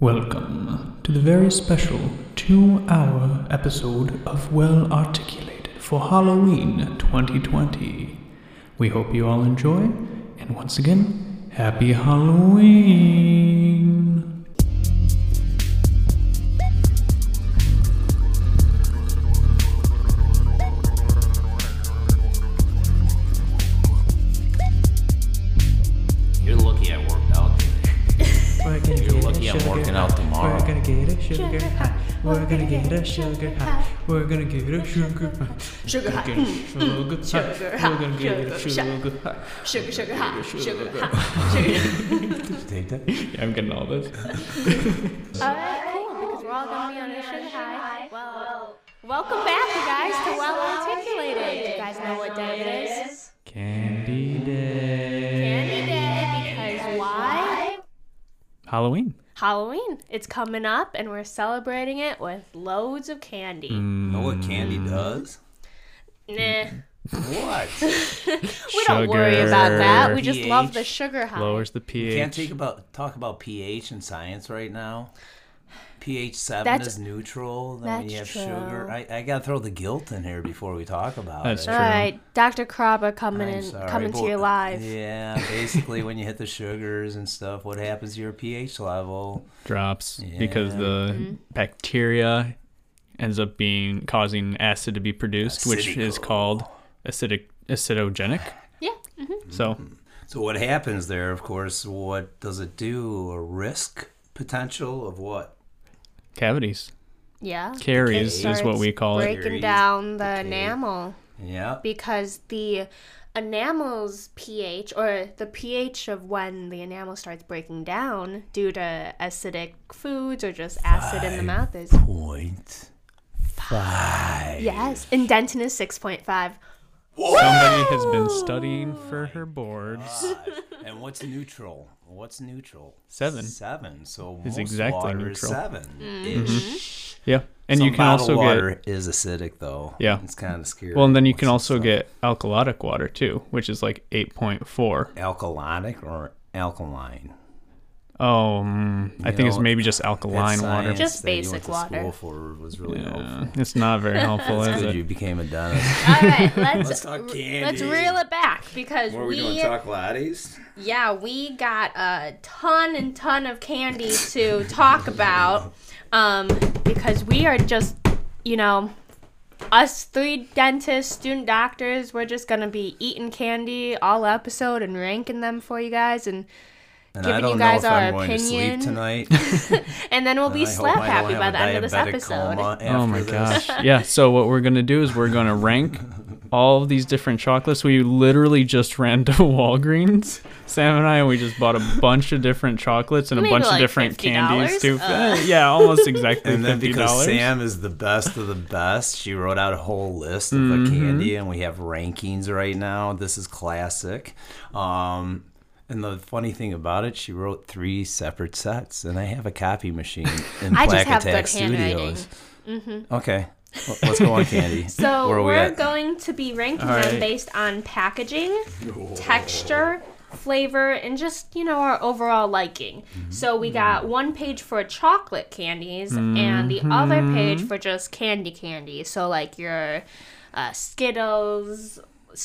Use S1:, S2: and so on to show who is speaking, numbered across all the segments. S1: Welcome to the very special two hour episode of Well Articulated for Halloween 2020. We hope you all enjoy, and once again, happy Halloween!
S2: You're lucky I worked out today.
S1: We're gonna
S2: You're lucky I'm working out tomorrow.
S1: We're gonna get a sugar
S3: Sugar
S1: high.
S3: high.
S1: We're gonna get a sugar high. We're gonna get a sugar high.
S3: Sugar high.
S1: We're gonna
S3: Mm,
S1: get a sugar
S3: Sugar
S1: high.
S3: high.
S1: We're gonna get a
S3: Sugar high.
S1: sugar high.
S3: Sugar, sugar high.
S1: Sugar,
S3: Sugar
S1: sugar
S3: high. Sugar.
S2: Take that.
S1: Yeah, I'm getting all this.
S3: All right, cool. Because we're all gonna be on a sugar high. Well, welcome back, you guys, to Well Articulated. You guys know what day it is?
S1: Candy Day.
S3: Candy Day. Because why?
S1: Halloween.
S3: Halloween. It's coming up, and we're celebrating it with loads of candy.
S1: Mm.
S2: Know what candy does?
S3: Nah,
S2: What?
S3: we don't worry about that. We
S1: Sugar.
S3: just
S2: pH.
S3: love the sugar high.
S1: lowers the pH.
S2: Can't take about talk about pH and science right now. pH seven
S3: That's-
S2: is neutral. Then when you have
S3: that's
S2: sugar.
S3: true.
S2: I, I gotta throw the guilt in here before we talk about
S1: That's
S2: it.
S1: true.
S3: All right, Dr. Krabba coming
S2: I'm
S3: in,
S2: sorry,
S3: coming to
S2: but-
S3: your live.
S2: Yeah, basically when you hit the sugars and stuff, what happens to your pH level?
S1: Drops because
S2: Yeah.
S1: the bacteria ends up being causing acid to be produced, which is
S2: Acidical.
S1: called acidic acidogenic.
S3: Yeah.
S1: So
S2: So what happens there? Of course, what does it do? A risk potential of what?
S1: cavities,
S3: Yeah.
S1: caries
S3: It
S1: is what we
S3: starts
S1: call it.
S3: Breaking
S2: Caries,
S3: down the enamel
S2: Yeah.
S3: because the enamel's pH or the pH of when the enamel starts breaking down due to acidic foods or just acid in the mouth is
S2: Point five.
S3: yes. Indentin is six point five.
S1: Somebody has been studying for her boards.
S2: and what's neutral? What's neutral?
S1: Seven.
S2: Seven. So most
S1: exactly
S2: water
S1: neutral.
S2: is seven.
S3: Mm-hmm.
S2: Ish.
S1: Yeah, and
S2: Some
S1: you can
S2: bottled
S1: also
S2: water
S1: get
S2: is acidic though.
S1: Yeah.
S2: It's kind of scary.
S1: well, and then you
S2: What's
S1: can
S2: this
S1: also
S2: stuff?
S1: get alkalotic water too, which is like eight point four.
S2: alkalotic or alkaline.
S1: Oh, mm, I think it's
S2: know,
S1: maybe just
S2: That
S1: alkaline water.
S2: science
S3: Just
S2: that you went
S3: basic
S2: to
S3: water.
S2: School for was really helpful.
S1: Yeah, it's not very helpful, is
S2: Good
S1: it?
S2: you became a dentist.
S3: All right, let's
S2: Let's talk candy.
S3: let's reel it back because
S2: What are we doing? Chocolates?
S3: Yeah, we got a ton and ton of candy to talk about um, because we are just, you know, us three dentists, student doctors, we're just going to be eating candy all episode and ranking them for you guys. And,
S2: And I
S3: Giving you
S2: don't
S3: guys
S2: know if
S3: our
S2: I'm going
S3: opinion.
S2: to sleep tonight.
S3: and then we'll
S2: I
S3: be
S2: hope
S3: slap
S2: I
S3: happy
S2: don't
S3: by
S2: have
S3: the
S2: a
S3: end of this
S2: diabetic
S3: episode.
S2: coma
S1: Oh my
S2: after this.
S1: gosh. Yeah. So what we're gonna do is we're gonna rank all of these different chocolates. We literally just ran to Walgreens. Sam and I, and we just bought a bunch of different chocolates and a
S3: Maybe
S1: bunch of
S3: like
S1: different candies
S3: $50?
S1: too. Eh, yeah, almost exactly
S2: And then
S1: fifty
S2: because
S1: dollars.
S2: Sam is the best of the best, she wrote out a whole list of the
S3: Mm-hmm.
S2: candy, and we have rankings right now. This is classic. Um, and the funny thing about it, she wrote three separate sets, and I have a copy machine in
S3: I just
S2: Plaque
S3: have good
S2: Attack
S3: handwriting. Mm-hmm.
S2: Studios. Okay, well, let's go on candy.
S3: So
S2: Where are we
S3: we're
S2: at?
S3: going to be ranking
S1: All right.
S3: them based on packaging, texture, flavor, and just you know our overall liking. So we got one page for chocolate candies and the other page for just candy candy. So like your uh, Skittles,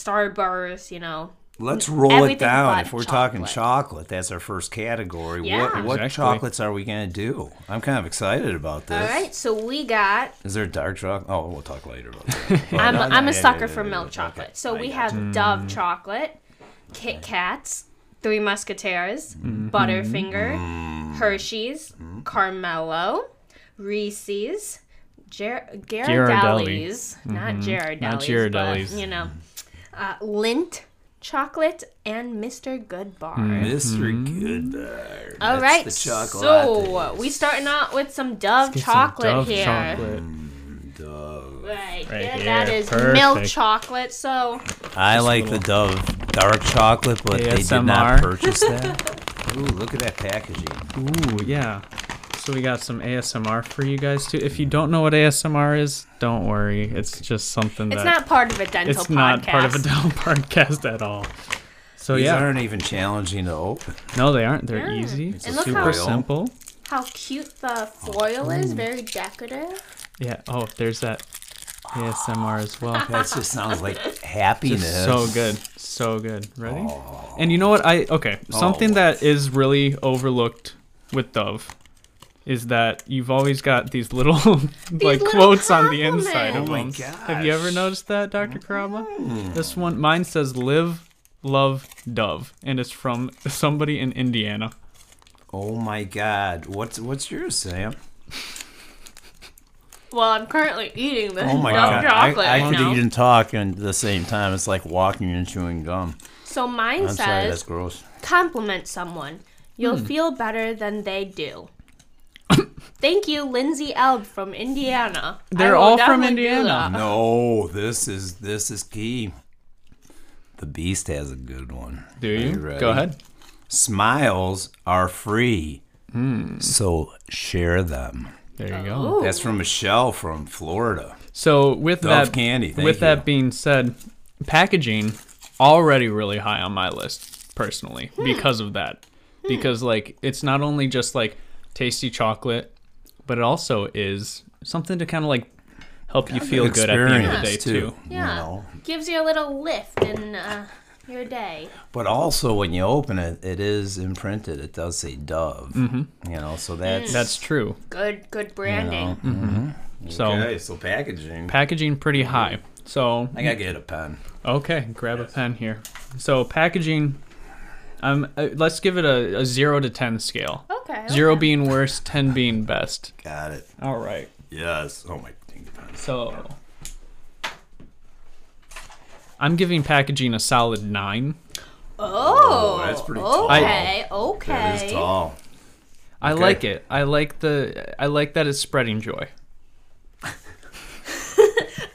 S3: Starburst, you know.
S2: Let's roll
S3: everything
S2: it down.
S3: but
S2: If we're talking
S3: chocolate.
S2: chocolate, that's our first category.
S3: Yeah.
S2: What, what
S1: Exactly.
S2: chocolates are we going to do? I'm kind of excited about this.
S3: All right, so we got.
S2: Is there dark chocolate? Oh, we'll talk later about that.
S3: I'm,
S2: no, no,
S3: I'm
S2: yeah,
S3: a sucker
S2: yeah,
S3: for
S2: yeah,
S3: milk
S2: okay.
S3: chocolate. So
S2: I
S3: we
S2: got
S3: have
S1: Mm-hmm.
S3: Dove chocolate, Kit Kats, Three Musketeers,
S1: Mm-hmm.
S3: Butterfinger, Hershey's, Carmelo, Reese's, Ger- Ghirardelli's, not Ghirardelli's,
S1: Mm-hmm. Not Ghirardelli's.
S3: but, you know, uh, Lint chocolate, and Mr. Goodbar.
S1: Mm-hmm.
S2: Mr.
S1: Hmm.
S2: Goodbar.
S3: All right, so we starting out with some Dove
S1: Get some
S3: chocolate
S1: Dove
S3: here.
S1: chocolate.
S3: Right,
S1: Right
S3: yeah,
S1: here,
S3: that is milk
S1: perfect.
S3: chocolate. So
S2: I like the Dove dark chocolate, but they did
S1: ASMR.
S2: not purchase that. Ooh, look at that packaging. Mm.
S1: Ooh, yeah. So we got some ASMR for you guys too. If you don't know what ASMR is, don't worry. It's just something
S3: It's
S1: that
S3: not part of a dental
S1: it's
S3: podcast.
S1: not part of a dental podcast at all. So
S2: These
S1: Oh, yeah,
S2: aren't even challenging to open.
S1: no, they aren't. They're
S3: Yeah.
S1: easy,
S3: And look
S1: super
S3: how-
S1: simple.
S3: how cute the foil is, very decorative.
S1: Yeah. Oh, there's that ASMR as well.
S2: That just sounds like happiness.
S1: Just so good. So good. Ready? And you know what? I okay. Something
S2: Oh.
S1: that is really overlooked with Dove is that you've always got these little like
S3: little
S1: quotes on the inside of
S2: Oh my
S1: them. Have you ever
S2: gosh. Mm.
S1: noticed that, Dr. Karama? This one mine says live love dove and it's from somebody in Indiana.
S2: Oh my god. What's what's yours, Sam?
S3: Well, I'm currently eating this
S2: Oh my
S3: dark
S2: god. I,
S3: chocolate.
S2: I
S3: you
S2: could
S3: know?
S2: eat and talk and at the same time. It's like walking and chewing gum.
S3: so mine
S2: I'm sorry, that's
S3: says
S2: gross.
S3: compliment someone. You'll feel better than they do. Thank you, Lindsay Elb from Indiana. I
S1: They're
S3: will
S1: all from
S3: definitely do
S1: Indiana.
S3: that.
S2: No, this is this is key. The Beast has a good one.
S1: Do
S2: Are
S1: you?
S2: ready?
S1: Go ahead.
S2: Smiles are free,
S1: Hmm.
S2: so share them.
S1: There you go.
S3: Ooh.
S2: That's from Michelle from Florida.
S1: So with
S2: Dove
S1: that
S2: candy, thank
S1: with
S2: you.
S1: that being said, packaging already really high on my list personally
S3: Hmm.
S1: because of that. Because like it's not only just like tasty chocolate, but it also is something to kind of like help you feel good at the end of the day
S2: Experience,
S1: too.
S2: you
S3: Yeah.
S2: know?
S3: Gives you a little lift in uh, your day.
S2: But also, when you open it, it is imprinted. It does say Dove. You know, so that's
S1: Mm-hmm. That's true.
S3: Good, good branding.
S1: So
S2: okay. So packaging.
S1: packaging pretty high. So
S2: I gotta get a pen.
S1: okay, grab a pen here. So packaging, um, uh, let's give it a, a zero to ten scale.
S3: Okay.
S1: Zero
S3: okay.
S1: being worst, ten being best.
S2: Got it.
S1: All right.
S2: Yes. Oh my. dang pen.
S1: So I'm giving packaging a solid nine.
S3: Oh,
S2: Oh, that's pretty tall.
S3: okay. Okay.
S2: That is tall.
S1: I
S2: Okay.
S1: like it. I like the. I like that it's spreading joy.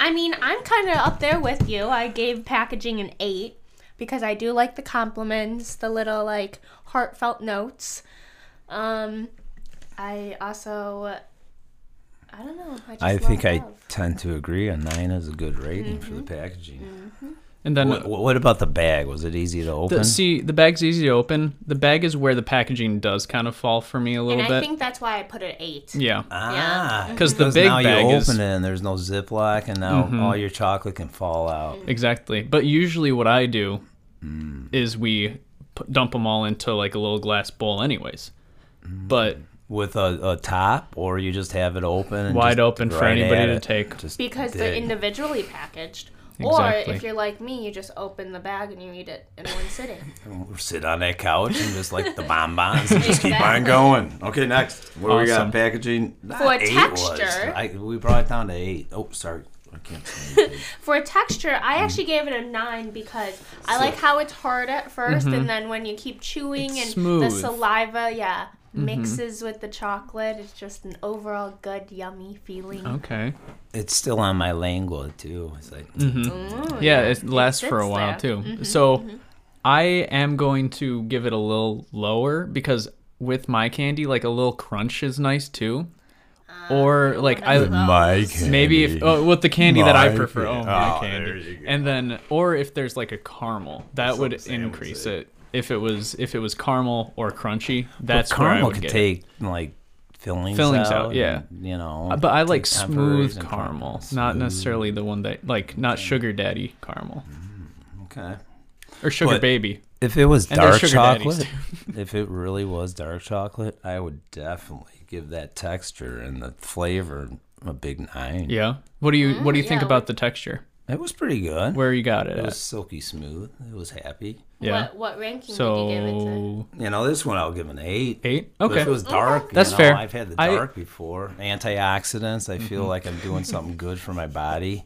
S3: I mean, I'm kind of up there with you. I gave packaging an eight because I do like the compliments, the little like heartfelt notes. Um, I also, I don't know. I, just
S2: I
S3: love
S2: think I
S3: love.
S2: tend to agree. A nine is a good rating for the
S3: Mm-hmm.
S2: packaging.
S1: And then
S2: What, what about the bag? Was it easy to open?
S1: Mm-hmm. the, see the bag's easy to open. The bag is where the packaging does kind of fall for me a
S3: And
S1: little
S3: I
S1: bit.
S3: think that's why I put it eight.
S1: yeah.
S3: Mm-hmm.
S2: ah,
S1: 'Cause the big
S2: now
S1: bag
S2: you
S1: is- Mm-hmm.
S2: open it and there's no Ziploc, and now all your chocolate can fall out.
S1: Exactly. But usually what I do
S2: Hmm.
S1: is we p- dump them all into like a little glass bowl anyways.
S2: Hmm.
S1: But
S2: with a, a top, or you just have it open, and
S1: wide
S2: just
S1: open for
S2: right at
S1: anybody to
S2: it.
S1: take.
S2: Just
S3: Because they're
S2: dig.
S3: individually packaged. Or
S1: Exactly.
S3: if you're like me, you just open the bag and you eat it in one sitting.
S2: sit on that couch and just like the bonbons, and just keep on
S3: Exactly.
S2: going. Okay, next, what do we
S1: Awesome.
S2: got? Packaging Not
S3: For
S2: eight
S3: texture.
S2: Was. I, we brought it down to eight. Oh, sorry, I can't. see.
S3: For texture, I actually gave it a nine because I like how it's hard at 1st and then when you keep chewing
S1: Mm-hmm. It's
S3: and the
S1: smooth. Mm-hmm.
S3: saliva, yeah, mixes with the chocolate. It's just an overall good, yummy feeling.
S1: Okay.
S2: It's still on my lingua too. It's like
S1: Mm-hmm,
S3: Ooh,
S1: Yeah, it lasts
S3: sits
S1: for a while
S3: there. Mm-hmm,
S1: too. So I am going to give it a little lower because with my candy, like a little crunch is nice too. or like
S3: Ah, I
S1: I
S3: love My
S1: maybe if oh, with the candy that I
S2: My
S1: prefer, oh
S2: candy.
S1: my
S2: Oh, there you
S1: candy,
S2: go.
S1: and then or if there's like a caramel, that
S2: what
S1: would
S2: Sam would
S1: increase
S2: say.
S1: it. If it was if it was caramel or crunchy, that's where I
S2: caramel
S1: would
S2: could
S1: get
S2: take like fillings,
S1: Fillings
S2: out,
S1: out, yeah.
S2: and, you know.
S1: It. But I
S2: take
S1: like
S2: tempers
S1: smooth
S2: and
S1: caramel,
S2: crumpets.
S1: not
S2: Smooth.
S1: necessarily the one that like not sugar daddy caramel
S2: Okay.
S1: or sugar
S2: Mm-hmm. But-
S1: baby.
S2: If it was
S1: And they're
S2: dark
S1: sugar daddies,
S2: chocolate, if it really was dark chocolate, I would definitely give that texture and the flavor a big nine.
S1: Yeah. What do you What do you think
S3: Mm, yeah,
S1: about the texture?
S2: It was pretty good.
S1: Where you got it?
S2: It
S1: At?
S2: was silky smooth. It was happy.
S1: yeah.
S3: What, what ranking
S1: so
S3: did you give it to?
S2: You know, this one I'll give an eight.
S1: eight.
S2: But
S1: Okay.
S2: If it was dark, you
S1: That's
S2: know,
S1: fair.
S2: I've had the
S1: I- Mm-hmm.
S2: dark before. Antioxidants. I feel like I'm doing something good for my body.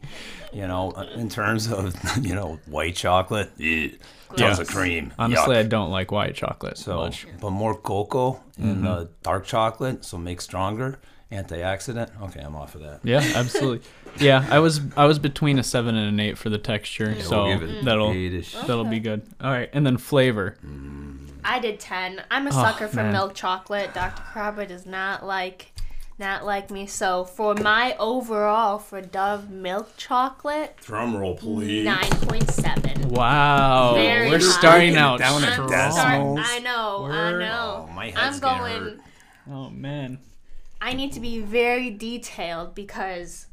S2: You know, in terms of you know white chocolate, eh, tons of cream.
S1: Honestly,
S2: yuck.
S1: I don't like white chocolate so
S2: So,
S1: much. Mm-hmm.
S2: but more cocoa and uh, dark chocolate, so make stronger antioxidant. Okay, I'm off of that.
S1: Yeah, absolutely. yeah, I was I was between a seven and an eight for the texture, so
S2: we'll give it
S1: that'll
S2: eight-ish.
S3: Oh.
S1: that'll be good. All right, and then flavor.
S2: Mm.
S3: I did 10. I'm a sucker for
S1: Oh, man.
S3: milk chocolate. Dr. Crabber does not like not like me. So for my overall for Dove milk chocolate,
S2: Drum roll, please.
S3: 9.7.
S1: Wow,
S3: Very
S1: we're
S3: high.
S1: starting out
S2: Down at
S1: strong.
S2: decimals.
S3: I know,
S1: We're-
S3: I know.
S2: Oh, my
S3: I'm
S2: head's gonna
S3: going.
S2: hurt.
S1: Oh man.
S3: I need to be very detailed because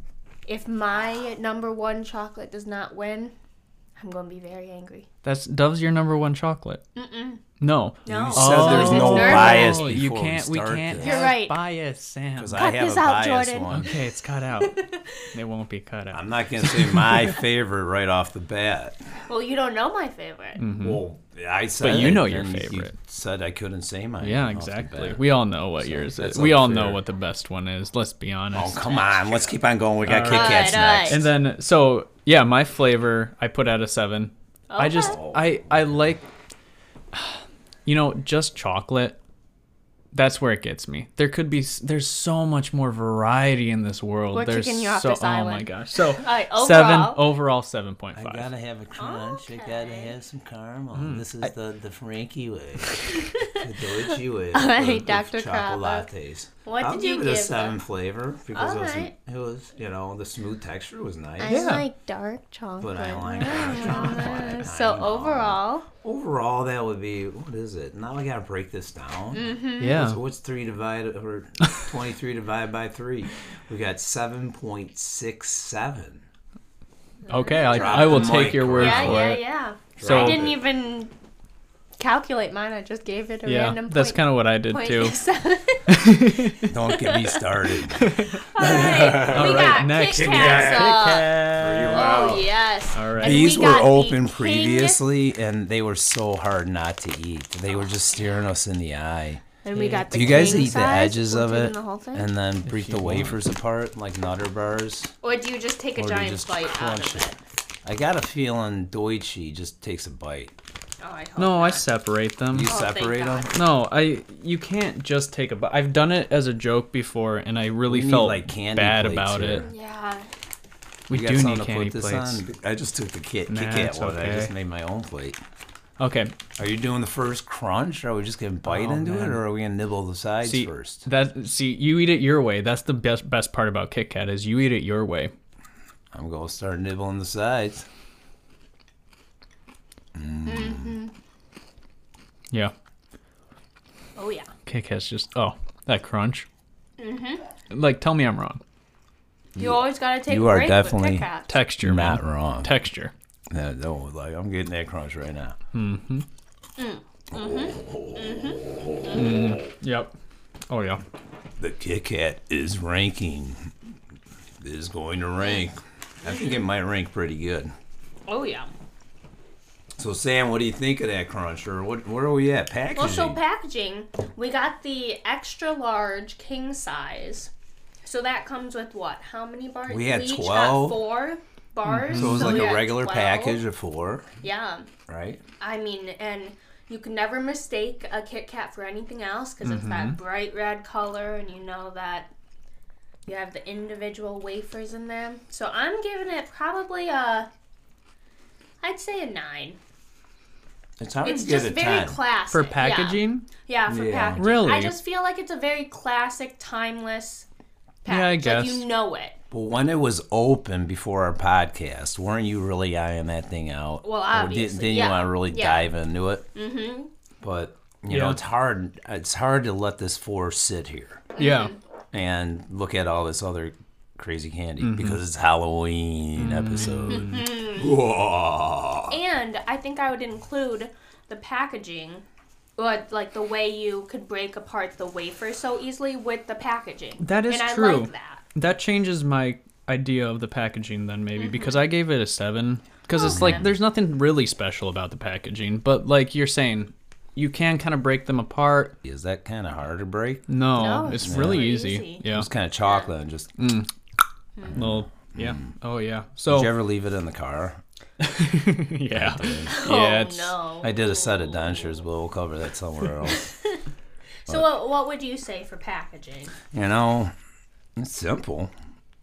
S3: if my number one chocolate does not win, I'm going to be very angry.
S1: That's Dove's your number one chocolate. Mm-mm. No.
S3: No.
S2: You said
S1: Oh.
S2: there's
S3: It's
S2: no
S3: nervous.
S2: bias before
S1: You can't.
S2: We,
S1: We,
S2: start
S1: can't.
S2: this.
S3: You're
S1: have
S3: right.
S1: Bias, Sam.
S2: 'Cause I
S3: Cut
S2: have
S3: this
S2: a
S3: out,
S2: biased
S3: Jordan.
S2: one.
S1: Okay, it's cut out. it won't be cut out.
S2: I'm not gonna say my favorite right off the bat.
S3: Well, you don't know my favorite.
S2: Mm. Well, I said,
S1: Mm-hmm. But you
S2: it,
S1: know your
S2: and you
S1: favorite.
S2: said I couldn't say mine.
S1: Yeah,
S2: off the
S1: exactly.
S2: bat.
S1: We all know what yours is.
S2: that's
S1: We all know
S2: unfair.
S1: what the best one is. Let's be
S2: Oh
S1: honest.
S2: come on, let's keep on going. We got Kit
S3: Alright.
S2: Kats
S3: Alright,
S2: next.
S1: and then, so yeah, my flavor I put out a seven. I just
S3: Okay.
S1: I I like, you know, just chocolate. That's where it gets me. There could be s- there's so much more variety in this world.
S3: We're
S1: there's
S3: kicking you off
S1: so
S3: this
S1: oh my
S3: island.
S1: gosh. So
S3: right,
S1: seven
S3: overall-
S1: overall seven point
S2: I
S1: five.
S2: gotta have a crunch. I gotta
S3: Okay.
S2: have some caramel. This is the the Frankie way, the Deutsche way.
S3: right,
S2: of- of
S3: Dr.
S2: Chocolate
S3: Kraft.
S2: lattes.
S3: What
S2: I'll
S3: did you
S2: it a
S3: give
S2: seven
S3: them?
S2: flavor because it, was,
S3: Alright.
S2: it was you know the smooth texture was nice.
S3: I
S1: Yeah.
S3: like dark
S2: But
S3: chocolate.
S2: I like dark chocolate.
S3: So
S2: I know.
S3: overall,
S2: Overall, that would be what is it? Now I gotta break this down.
S3: Mm-hmm. Hmm.
S1: Yeah.
S2: So what's three divided or twenty-three divided by three? We got seven point six seven.
S1: Okay. I,
S2: Drop
S1: I will
S2: the
S1: take
S2: mic,
S1: your word
S3: yeah,
S2: Right.
S1: for
S3: yeah,
S1: it.
S3: yeah.
S1: So-
S3: I didn't even calculate mine. I just gave it a
S1: Yeah,
S3: random.
S1: that's kind of what I did
S3: point
S1: too.
S3: six seven.
S2: Don't get me started.
S3: All right, we
S1: right,
S3: got
S1: next.
S3: Kit
S1: Kit
S3: Kats up.
S2: Wow.
S3: Oh yes.
S1: All right.
S3: And we
S2: These were
S3: got the
S2: open
S3: king-
S2: previously, and they were so hard not to eat. They were just staring us in the eye.
S3: And we got the
S2: Do you guys
S3: king
S2: eat the
S3: size?
S2: edges
S3: We're
S2: of
S3: taking
S2: it
S3: The whole thing?
S2: and then break
S1: you
S2: the wafers apart like Nutter Bars?
S3: or do you just take a
S2: Or do you
S3: giant
S2: just
S3: bite out of
S2: crunch
S3: it?
S2: it? I got a feeling Deutsche just takes a bite.
S3: Oh, I hope
S1: No, I
S3: not.
S1: separate them.
S2: You
S3: Oh, thank
S2: separate them?
S3: God.
S1: No, I you can't just take a bite. I've done it as a joke before, and I really
S2: We need,
S1: felt
S2: like, candy
S1: bad
S2: plates
S1: about
S2: here.
S1: it.
S3: Yeah.
S1: We
S2: You
S1: do
S2: something
S1: need candy plates.
S2: I just took the kit,
S1: Nah,
S2: Kit
S1: it's
S2: Kat one. I just
S1: okay.
S2: made my own plate.
S1: Okay,
S2: Are you doing the first crunch? Are we just gonna bite
S1: Oh,
S2: into
S1: man.
S2: it, or are we gonna nibble the sides
S1: see
S2: first?
S1: that. See, you eat it your way. That's the best best part about Kit Kat is you eat it your way.
S2: I'm gonna start nibbling the sides.
S1: Yeah,
S3: Oh yeah.
S1: Kit Kat's just oh that crunch. Mm-hmm. Like, tell me I'm wrong.
S3: You always gotta take.
S2: you
S3: a
S2: are
S3: break With
S2: definitely
S3: Kit Kat.
S1: Texture,
S2: Not
S1: man.
S2: wrong.
S1: Texture.
S2: No, no, like I'm getting that crunch right now.
S1: Yep. Oh yeah.
S2: The Kit Kat is ranking. It is going to rank. I think it might rank pretty good.
S3: oh yeah.
S2: So Sam, what do you think of that crunch, or what? Where are we at? Packaging.
S3: Well, so packaging, we got the extra large king size. So that comes with what? How many bars?
S2: We had
S3: each
S2: 12.
S3: four bars.
S2: So it was like
S3: we
S2: a
S3: had
S2: regular
S3: 12.
S2: package of four,
S3: Yeah.
S2: right?
S3: I mean, and you can never mistake a Kit Kat for anything else because it's
S1: Mm-hmm.
S3: that bright red color, and you know that you have the individual wafers in there. So I'm giving it probably a, I'd say a nine.
S2: It's hard
S3: It's
S2: to get
S3: just
S2: a
S3: very
S2: ten.
S3: classic.
S1: For
S3: yeah.
S1: packaging,
S3: Yeah, for
S2: Yeah.
S3: packaging.
S1: Really?
S3: I just feel like it's a very classic, timeless package.
S1: Yeah, I
S3: Like,
S1: guess.
S3: you know it.
S2: but when it was open before our podcast, weren't you really eyeing that thing out?
S3: Well,
S2: Or
S3: obviously,
S2: didn't, didn't
S3: yeah,
S2: you want to really
S3: yeah.
S2: dive into it? Mm-hmm. But you
S1: Yeah.
S2: know, it's hard. It's hard to let this four sit here.
S1: yeah.
S2: and look at all this other crazy candy
S1: Mm-hmm.
S2: because it's Halloween episode. Whoa.
S3: And I think I would include the packaging, or like the way you could break apart the wafer so easily with the packaging.
S1: That is
S3: and I
S1: true.
S3: like that.
S1: That changes my idea of the packaging then
S3: Mm-hmm.
S1: maybe because I gave it a 7 because it's
S3: Oh,
S1: like there's nothing really special about the packaging but like you're saying you can kind of break them apart.
S2: Is that kind of hard to break?
S1: No,
S3: No,
S1: it's
S3: it's
S1: really
S3: really
S1: easy.
S3: easy.
S1: Yeah.
S2: It's kind of chocolate and just.
S1: Well, yeah. Oh
S2: Mm.
S1: yeah.
S2: Did you
S1: So
S2: ever leave it in the car?
S1: yeah.
S3: oh
S1: yeah, it's,
S3: no.
S2: I did a set of dentures, but we'll cover that somewhere else.
S3: so what, what would you say for packaging?
S2: you know, it's simple.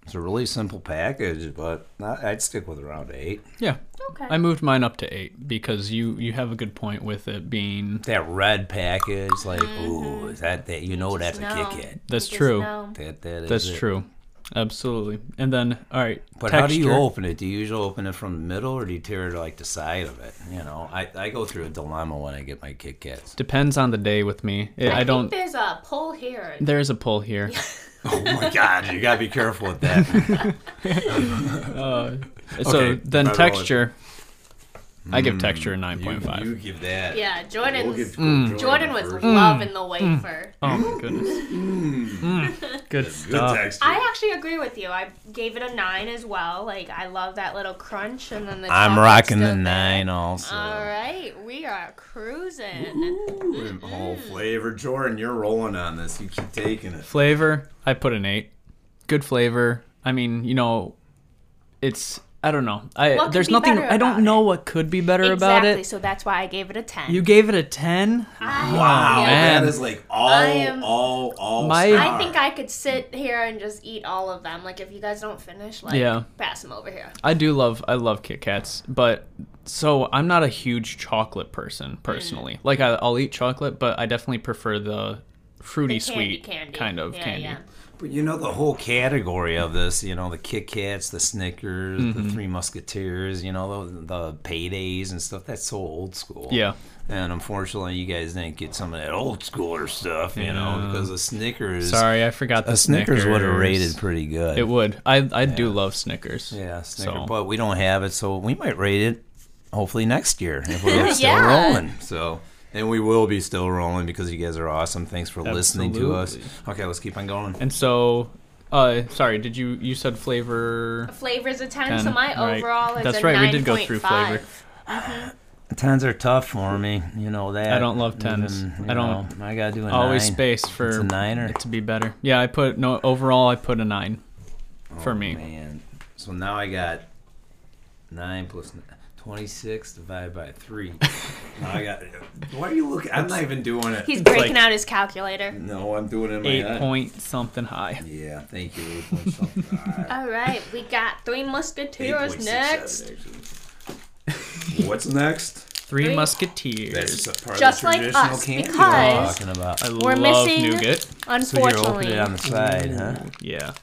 S2: It's a really simple package, but I- I'd stick with around eight.
S1: Yeah.
S3: Okay.
S1: I moved mine up to 8 because you you have a good point with it being
S2: That red
S1: Mm-hmm.
S2: package, like, ooh, is that that? You know that's a
S3: No.
S2: Kit Kat.
S1: That's
S3: Just
S1: true.
S3: no.
S2: That, that is
S1: That's
S2: it.
S1: true. Absolutely. And then, all right.
S2: But how do you
S1: texture.
S2: open it? Do you usually open it from the middle, or do you tear it like the side of it? You know, I, I go through a dilemma when I get my Kit Kats.
S1: Depends on the day with me. I, I,
S3: think
S1: don't.
S3: there's a poll here.
S1: There is a pull here.
S2: Oh my God, you gotta be careful with that.
S1: So
S2: Okay,
S1: then
S2: better
S1: texture. I give texture a nine
S2: Hmm. You,
S1: point five.
S2: you give that.
S3: Yeah, Jordan.
S4: We'll give
S3: was-
S2: Mm.
S4: Jordan
S3: Jordan
S4: the
S3: was
S4: first.
S1: Mm.
S3: loving the wafer.
S1: Oh my goodness.
S2: hmm.
S1: Mm, Good
S4: good
S1: stuff.
S4: texture.
S3: I actually agree with you. I gave it a nine as well. Like I love that little crunch, and then the
S2: I'm
S3: chocolate's
S2: rocking
S3: still
S2: the
S3: there.
S2: nine also.
S3: All right, we are cruising.
S4: Ooh,
S3: mm-hmm.
S4: Oh, flavor, Jordan, you're rolling on this. You keep taking it.
S1: Flavor, I put an eight. Good flavor. I mean, you know, it's I don't know. I
S3: What could
S1: there's
S3: be
S1: nothing.
S3: better
S1: I
S3: about
S1: don't know what could be better about
S3: exactly. Ah.
S1: it.
S3: So that's why I gave it a ten.
S1: You gave it a ten.
S4: Wow,
S1: man.
S4: that is like all,
S3: I am-
S4: all, all.
S1: My-
S3: I think I could sit here and just eat all of them. Like if you guys don't finish, like
S1: Yeah.
S3: pass them over here.
S1: I do love I love Kit Kats, but so I'm not a huge chocolate person
S3: Mm.
S1: personally. Like I, I'll eat chocolate, but I definitely prefer the fruity
S3: The candy
S1: sweet
S3: candy.
S1: kind of
S3: Yeah,
S1: candy.
S3: yeah.
S2: But you know the whole category of this, you know the Kit Kats, the Snickers,
S1: Mm-hmm.
S2: the Three Musketeers, you know the, the paydays and stuff. That's so old school.
S1: Yeah.
S2: And unfortunately, you guys didn't get some of that old schooler stuff, you know, because the Snickers.
S1: Sorry, I forgot the
S2: A Snickers, would have
S1: Snickers.
S2: rated pretty good.
S1: It would. I I do love Snickers.
S2: yeah, Snickers,
S1: So.
S2: but we don't have it, so we might rate it. Hopefully next year if we're still
S3: Yeah.
S2: rolling. So. And we will be still rolling because you guys are awesome. Thanks for listening to us. Okay, let's keep on going.
S1: And so, uh, sorry, did you you said flavor?
S3: Flavors a ten, so
S1: 10,
S3: my
S1: right.
S3: overall is
S1: That's
S3: a
S1: right, we
S3: nine
S1: did go
S3: point
S1: through
S3: five.
S1: flavor.
S2: Tens are tough for me, you know that.
S1: I don't love tens.
S2: Even, you
S1: I don't-
S2: know, I gotta do a
S1: Always
S2: nine.
S1: space for
S2: It's a niner.
S1: it to be better. Yeah, I put no overall. I put a nine for me.
S2: Oh, Man, so now I got nine plus n- twenty-six divided by three. now I got. Why are you looking? I'm not even doing it.
S3: He's breaking
S1: like-
S3: out his calculator.
S2: No, I'm doing it in my
S1: Eight
S2: head.
S1: point something high.
S2: Yeah, thank you. Eight point something.
S3: All right, we got three musketeers
S4: 8.67
S3: next.
S4: actually. What's next?
S1: Three,
S3: Three-
S1: Musketeers.
S4: That's a part
S3: Just
S4: of the
S3: like
S4: traditional
S3: us,
S4: candy.
S3: because
S2: Talking about.
S1: I
S3: We're
S1: love
S3: missing-
S1: nougat.
S2: So you're opening
S3: unfortunately,
S2: it on the side, huh?
S1: Yeah.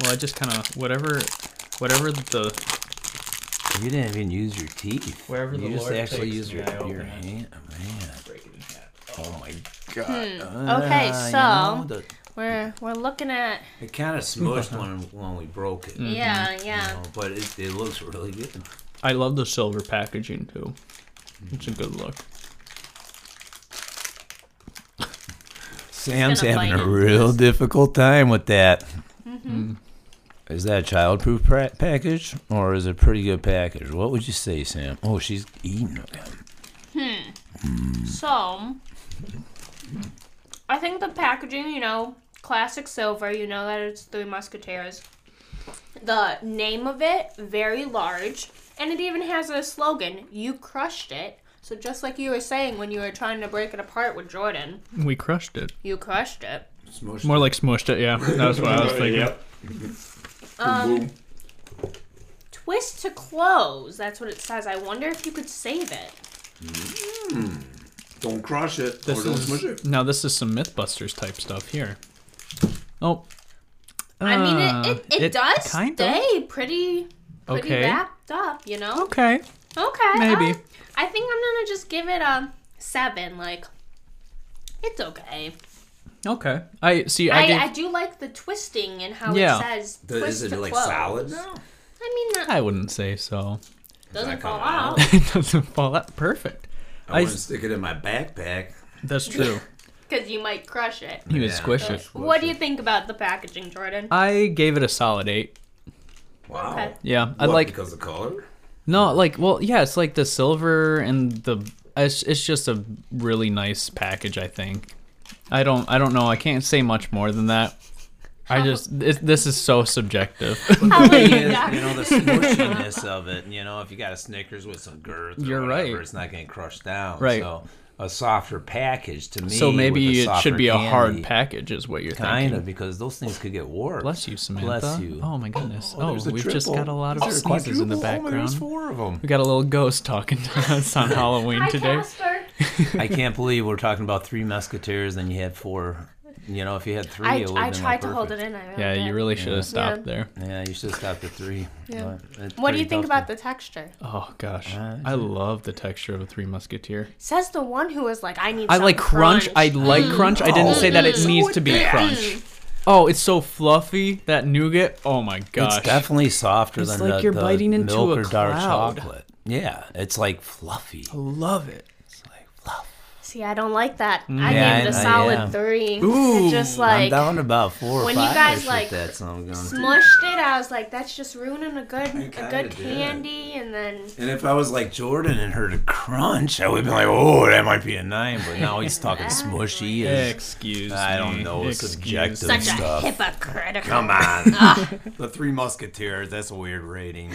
S1: Well, I just kind of whatever, whatever the
S2: You didn't even use your teeth.
S1: Wherever
S2: you
S1: the
S2: just
S1: Lord
S2: actually
S1: takes
S2: use
S1: me,
S2: your,
S1: I open
S2: your
S1: it.
S2: hand. Man. Oh my god.
S3: Hmm. Okay,
S2: Ah, you
S3: so-
S2: know, the-
S3: we're we're looking at
S2: It kind of smushed when when we broke it.
S4: Mm-hmm.
S2: you
S3: yeah yeah.
S2: know, but it, it looks really good.
S1: I love the silver packaging too. It's a good look.
S2: Sam's
S3: gonna
S2: having a
S3: bite Mm-hmm. it.
S2: real difficult time with that. Is
S4: Mm-hmm.
S2: that a childproof pra- package or is it a pretty good package? What would you say, Sam? Oh, she's eating it.
S3: So I think the packaging, you know, classic silver. You know that it's Three Musketeers. The name of it very large, and it even has a slogan. You crushed it. So just like you were saying when you were trying to break it apart with Jordan,
S1: We crushed it.
S3: you crushed it.
S4: Smushed
S1: More like smushed it. Yeah, that's what I was thinking.
S4: Yep.
S3: Um,
S4: Boom.
S3: Twist to close. That's what it says. I wonder if you could save it.
S4: Don't crush it.
S1: This
S4: or don't
S1: is-
S4: smush it.
S1: Now this is some MythBusters type stuff here. Oh.
S3: I mean,
S1: Ah,
S3: it, it, it, does
S1: kinda-
S3: stay pretty, pretty
S1: Okay.
S3: wrapped up, you know?
S1: Okay.
S3: Okay.
S1: Maybe.
S3: alright. I think I'm going to just give it a seven. Like, it's okay.
S1: Okay. I see. I,
S3: I,
S1: gave.
S3: I, do like the twisting and how
S1: Yeah.
S3: it says
S4: The-
S3: twist
S4: is it
S3: to
S4: like
S3: close.
S4: solid now?
S3: I mean, that
S1: I wouldn't say so.
S3: doesn't fall
S4: come
S3: out.
S1: it doesn't fall out perfect.
S4: I,
S1: I
S4: want to stick it in my backpack.
S1: That's true.
S3: because you might crush it.
S1: You would
S4: Yeah,
S1: squish it.
S4: smush
S3: What do you think about the packaging, Jordan?
S1: I gave it a solid eight.
S4: Wow.
S3: Okay.
S1: Yeah, I
S4: What,
S1: like
S4: because of color.
S1: no, like well, yeah, it's like the silver and the. It's, it's just a really nice package. I think. I don't. I don't know. I can't say much more than that. I just. This, this is so subjective.
S3: How about you,
S2: Yes,
S3: Doc?
S2: you know the smooshiness of it. You know, if you got a Snickers with some girth, or
S1: You're
S2: whatever,
S1: right.
S2: It's not getting crushed down.
S1: Right.
S2: So a softer package to me.
S1: so
S2: with a
S1: maybe it should
S2: softer
S1: be a hard
S2: candy,
S1: package, is what you're
S2: Kind
S1: thinking.
S2: of because those things could get warped.
S1: Bless you, Samantha.
S2: Bless you.
S1: Oh my goodness. Oh,
S4: there's a
S1: we've just got a Oh,
S4: triple.
S1: lot of sneezes in the
S2: there's
S1: background.
S2: four of them.
S1: We got a little ghost talking to us on Halloween
S3: Hi,
S1: today.
S3: Casper.
S2: I can't believe we're talking about three musketeers and you had four You know, if you had three,
S3: I,
S2: it would
S3: I tried to hold it in. I really
S1: Yeah,
S3: did.
S1: you really should have stopped
S3: Yeah.
S1: there.
S2: Yeah, you should have stopped at three.
S3: Yeah.
S2: But it's
S3: What do
S2: pretty
S3: you think
S2: tough
S3: about
S2: to-
S3: the texture?
S1: Oh gosh,
S2: Uh,
S1: I love the texture of a Three Musketeer.
S3: Says the one who was like, I need.
S1: I
S3: some
S1: like crunch. I like crunch. I didn't say that it needs to be crunch. Oh, it's so fluffy that nougat. Oh my gosh.
S2: It's definitely softer
S1: It's
S2: than
S1: like
S2: the,
S1: you're
S2: the
S1: biting into
S2: milk
S1: a
S2: or dark
S1: cloud.
S2: chocolate. Yeah, it's like fluffy.
S1: love it.
S2: It's like fluff.
S3: See, I don't like that.
S1: Mm.
S3: I
S2: Yeah,
S3: gave it a
S2: I- I-
S3: solid
S2: yeah.
S3: three.
S1: Ooh,
S3: It just
S2: I'm
S3: like
S2: down about four or
S3: when you
S2: five.
S3: guys,
S2: with
S3: like,
S2: that, so I'm going.
S3: smushed it. I was like, that's just ruining a good, a
S4: kinda
S3: good
S4: did.
S3: candy. And then
S2: And if I was like Jordan and heard a crunch, I would have been like, oh, that might be a nine. But now he's talking smushy. and
S1: Excuse
S2: I don't
S1: me.
S2: know. It's subjective
S1: Excuse-
S3: such a
S2: stuff.
S3: hypocritical.
S2: Come
S3: Ah.
S2: on. the Three Musketeers, that's a weird rating.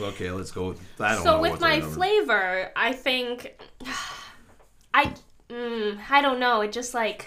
S4: Okay, let's go. I don't know
S3: So
S4: what
S3: with
S4: the
S3: my
S4: number-
S3: flavor, I think I mm, I don't know. It just like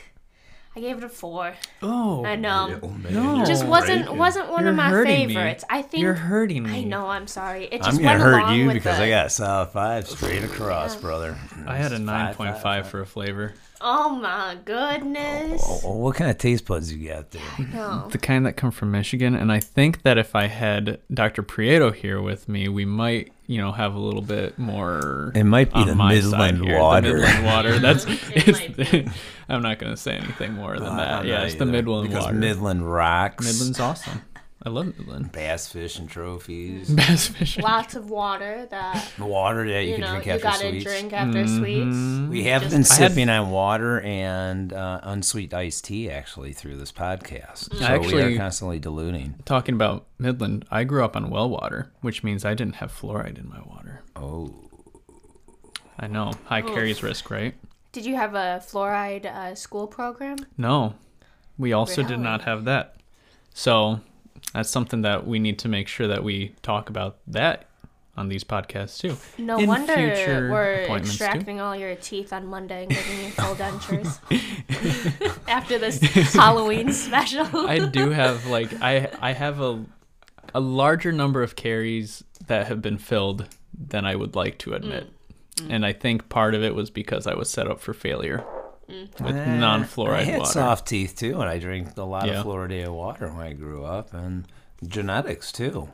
S3: I gave it a four.
S1: Oh,
S3: I know.
S4: Oh, man,
S1: No.
S4: you're
S3: Just
S1: Oh,
S3: wasn't
S4: breaking.
S3: wasn't one
S1: You're
S3: of my
S1: hurting me.
S3: favorites. I think
S1: you're hurting me.
S3: I know. I'm sorry. It
S2: I'm
S3: just
S2: going
S3: went
S2: to hurt
S3: along
S2: you
S3: with
S2: because
S3: the,
S2: I got a solid five straight across, brother.
S1: I had a
S2: Five,
S1: nine point
S2: five,
S1: five for a flavor.
S3: Oh my goodness.
S2: Oh, oh, what kind of taste buds you got there?
S3: No.
S1: The kind that come from Michigan, and I think that if I had Dr. Prieto here with me, we might, you know, have a little bit more.
S2: It might be
S1: on
S2: the
S1: my side
S2: Midland
S1: here, the
S2: water.
S1: Midland water. That's.
S3: It might
S1: it's- I'm not gonna say anything more than that. Yeah, it's the Midland
S2: because
S1: water.
S2: Midland rocks.
S1: Midland's awesome. I love Midland.
S2: bass fishing trophies.
S1: Bass fishing.
S3: Lots of water that
S2: The water that you,
S3: you
S2: can
S3: know
S2: drink
S3: you
S2: after
S3: gotta
S2: sweets.
S3: drink after
S1: Mm-hmm.
S3: sweets.
S2: We have
S3: Just-
S2: been
S1: I had-
S2: sipping on water and uh, unsweet iced tea actually through this podcast. So we
S1: actually-
S2: are constantly diluting.
S1: Talking about Midland, I grew up on well water, which means I didn't have fluoride in my water.
S2: Oh,
S1: I know high carries risk, right?
S3: Did you have a fluoride uh, school program?
S1: No, we also did
S3: Really?
S1: not have that. So that's something that we need to make sure that we talk about that on these podcasts too.
S3: No
S1: in
S3: wonder
S1: future
S3: we're
S1: appointments, too.
S3: extracting all your teeth on Monday and giving you full dentures after this Halloween special.
S1: I do have like I I have a a larger number of carries that have been filled than I would like
S3: Mm.
S1: to admit. And I think part of it was because I was set up for failure
S3: Mm.
S1: with
S2: Eh, I
S1: non-fluoride
S2: had
S1: water.
S2: soft teeth too, and I drank a lot
S1: Yeah.
S2: of Florida water when I grew up, and genetics too.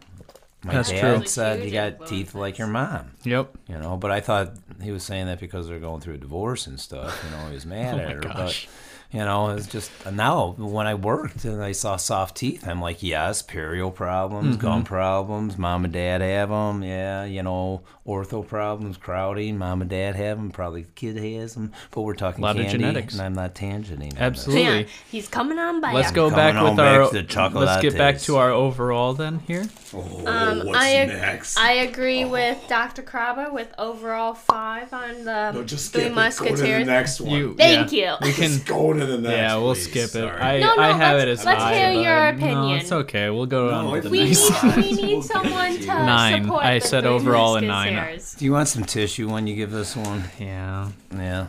S2: My
S1: That's
S2: dad
S1: true.
S2: said you
S3: Huge
S2: got teeth like your mom.
S1: Yep.
S2: you know. But I thought he was saying that because they're going through a divorce and stuff. You know, he was mad at
S1: Oh my
S2: her.
S1: gosh.
S2: But you know, it's just now when I worked and I saw soft teeth, I'm like, yes, period
S1: Mm-hmm.
S2: problems, gum problems, mom and dad have them. Yeah, you know, ortho problems, crowding, mom and dad have them. Probably the kid has them. But we're talking
S1: Lot of
S2: candy,
S1: genetics.
S2: and I'm not tangenting.
S1: Absolutely.
S3: Yeah, he's coming on by.
S1: Let's
S3: us.
S1: go
S2: Coming
S1: back
S2: on
S1: with
S2: back
S1: our
S2: to the
S1: Let's get back
S2: chocolates.
S1: to our overall then here.
S4: Oh,
S3: Um,
S4: what's
S3: I ag-
S4: next?
S3: I agree with Dr. Crabba with overall five on the
S4: no, just
S3: Three
S4: skip it. Go to the
S3: Musketeers.
S4: next one.
S1: You
S3: Thank you.
S1: We can
S4: Just go to the next.
S1: Yeah, we'll
S4: please.
S1: skip it.
S4: Sorry.
S1: I,
S3: No, no,
S1: I have it
S3: let's-
S1: as
S3: let's
S1: five,
S3: hear your
S1: but No,
S3: opinion.
S1: it's okay. We'll go on
S4: No,
S1: with
S4: it's
S1: the
S3: we
S1: next.
S3: need, we
S4: Oh, We'll
S3: need
S4: get
S3: someone
S4: you.
S3: to
S1: Nine.
S3: support
S1: I
S3: the
S1: said
S3: Three
S1: overall a nine.
S3: Musketeers.
S2: Do you want some tissue when you give this one?
S1: Yeah.
S2: Yeah.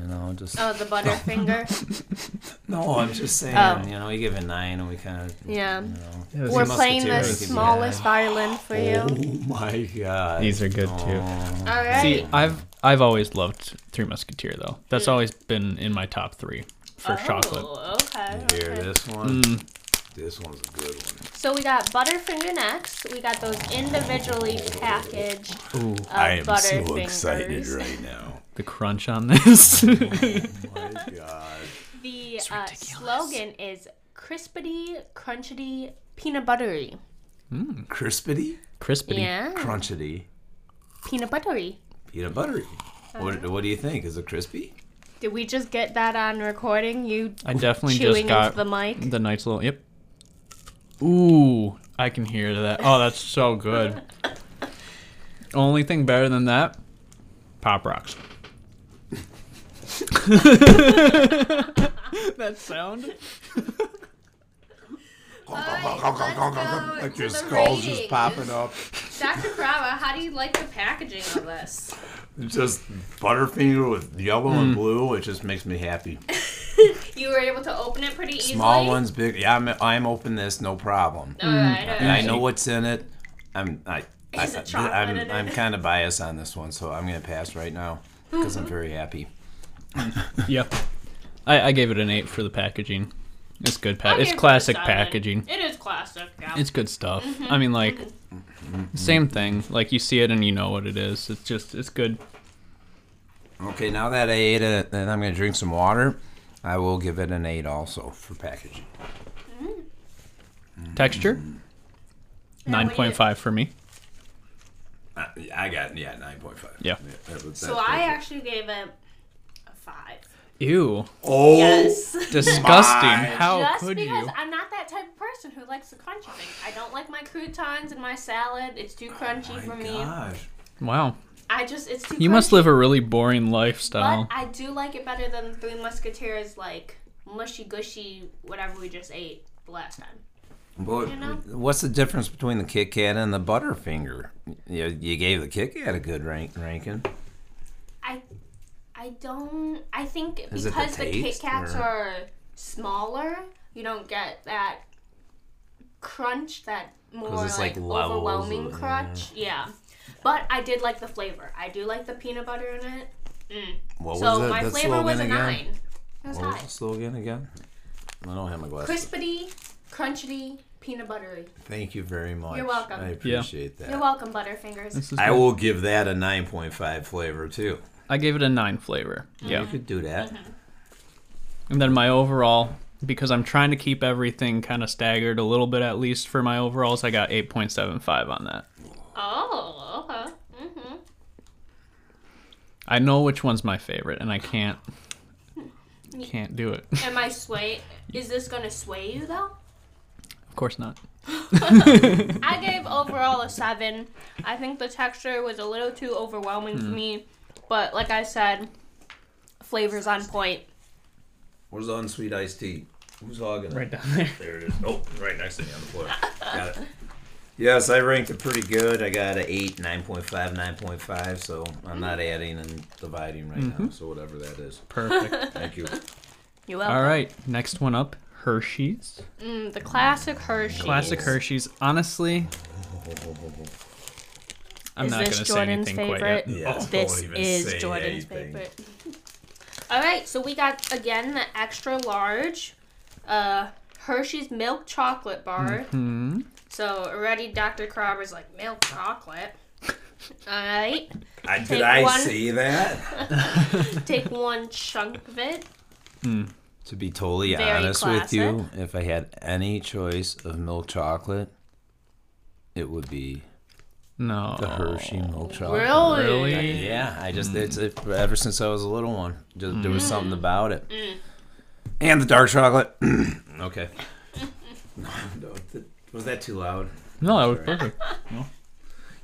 S2: You know, just
S3: Oh, the Butterfinger.
S2: no. I'm just saying.
S3: Oh.
S2: You know, we give it nine, and we kind of
S3: Yeah.
S2: You know,
S3: We're playing the
S2: Musketeers.
S3: smallest violin for you.
S4: Oh my god.
S1: These are good too.
S3: All
S1: See,
S3: right.
S1: I've I've always loved Three Musketeer though. That's always been in my top three for chocolate.
S3: Oh, okay.
S4: Here,
S3: okay.
S4: this one. This one's a good one.
S3: So we got Butterfinger next. We got those individually packaged
S1: Ooh,
S3: uh, Butterfingers.
S4: right now.
S1: the crunch on this.
S4: My god.
S3: The uh, slogan is crispity, crunchity, peanut buttery.
S4: Crispity,
S1: Crispity.
S3: Yeah,
S4: crunchity,
S3: Uh-huh. peanut buttery.
S4: peanut buttery. What, what do you think? Is it crispy?
S3: Did we just get that on recording? You
S1: I definitely
S3: chewing
S1: just got
S3: into the mic.
S1: the nice little yep. Ooh, I can hear that. Oh, that's so good. Only thing better than that, pop rocks. that sound?
S3: Uh,
S4: like your skull's just popping up.
S3: Dr. Krava, how do you like the packaging of this?
S4: It's just Butterfinger with yellow
S1: Hmm.
S4: and blue. It just makes me happy.
S3: You were able to open it pretty easily.
S2: Small ones, big. Yeah, I'm, I'm open this, no problem.
S3: All right, all
S2: And I
S3: right.
S2: know what's in it. I'm I, I,
S3: Is it chocolate
S2: I, am
S3: in it?
S2: I'm kind of biased
S3: Mm-hmm.
S2: on this one, so I'm gonna pass right now because I'm very happy.
S1: Yep. I, I gave it an eight for the packaging. It's good. Pa-
S3: I
S1: it's
S3: gave it a
S1: classic
S3: seven.
S1: packaging.
S3: It is classic. Yeah.
S1: It's good stuff.
S3: Mm-hmm.
S1: I mean, like, same thing. Like you see it and you know what it is. It's just it's good.
S2: Okay, now that I ate it and I'm going to drink some water, I will give it an 8 also for packaging.
S1: Texture,
S3: Yeah, what
S1: nine
S3: do you-
S1: point five for me.
S4: I, Uh, I got yeah nine point five.
S1: Yeah.
S4: that was-
S3: so
S4: that's
S3: I
S4: perfect.
S3: actually gave it a five.
S1: Ew,
S4: Oh,
S3: Yes.
S1: disgusting. How
S3: Just
S1: could
S3: because
S1: you?
S3: I'm not that type of person who likes the crunchy thing. I don't like my croutons and my salad. It's too crunchy
S2: Oh
S3: for
S4: Oh my
S3: me.
S4: gosh.
S1: Wow,
S3: I just it's too.
S1: you must
S3: crunchy.
S1: live a really boring lifestyle.
S3: But I do like it better than the Three Musketeers, like mushy gushy whatever we just ate the last time.
S2: But
S3: You know?
S2: what's the difference between the Kit Kat and the Butterfinger? You, you gave the Kit Kat a good rank, ranking.
S3: I I don't. I think
S2: Is it the
S3: because the, Kit
S2: taste,
S3: Kats
S2: or-
S3: are smaller, you don't get that crunch, that more
S2: it's,
S3: like,
S2: like, levels
S3: overwhelming
S2: of-
S3: crunch. Yeah. But I did like the flavor. I do like the peanut butter in it. Mm.
S2: What
S3: so
S2: was it?
S3: my
S2: that
S3: flavor was a
S2: slogan again?
S3: nine. It was
S2: What was
S3: high.
S2: the slogan again? I don't have my glasses.
S3: Crispity, crunchity, peanut buttery.
S2: Thank you very much.
S3: You're welcome.
S2: I appreciate
S3: You're
S2: that.
S3: welcome, Butterfingers.
S1: This is
S4: I
S1: good.
S4: will give that a nine point five flavor too.
S1: I gave it a nine flavor.
S3: Mm.
S1: Yeah.
S2: You could do that.
S1: And then my overall, because I'm trying to keep everything kind of staggered a little bit at least for my overalls, I got 8.75 on that.
S3: Oh, okay. Mm-hmm.
S1: I know which one's my favorite, and I can't can't do it.
S3: Am I sway? Is this gonna sway you though?
S1: of course not.
S3: I gave overall a seven. I think the texture was a little too overwhelming
S1: Hmm.
S3: for me, but like I said, flavors on point.
S4: Where's the unsweet iced tea? Who's hogging it?
S1: down there.
S4: There it is. Oh, right next to me on the floor. Got it. Yes, I ranked it pretty good. I got an 8, 9.5, 9.5, so I'm not
S2: Mm-hmm.
S3: Mm-hmm.
S4: adding and dividing right now, so whatever that is.
S1: Perfect.
S4: Thank you.
S3: You will.
S1: All right, next one up, Hershey's.
S3: Mm, the classic Hershey.
S1: Classic Hershey's. Honestly, I'm
S3: Is
S1: not
S3: this
S1: going to say
S3: Jordan's
S1: anything
S3: favorite?
S1: quite yet. Oh,
S4: Yeah,
S3: this
S4: don't even
S3: is
S4: say
S3: Jordan's
S4: anything.
S3: favorite. All right, so we got again the extra large uh, Hershey's milk chocolate bar.
S1: Hmm.
S3: So already Dr. Crobber's like milk chocolate. All right,
S4: I,
S3: Take
S4: did I
S3: one.
S4: see that?
S3: take one chunk of it.
S2: To be totally
S3: Very
S2: honest with you, if I had any choice of milk chocolate, it would be
S1: No.
S2: the Hershey
S4: Oh.
S2: milk chocolate.
S3: Really?
S1: Oh, Really?
S2: Yeah, I just
S4: Mm.
S2: it's it, ever since I was a little one, just, there was something about it. And the dark chocolate. okay.
S4: No, th- was that too loud?
S1: No, that was perfect.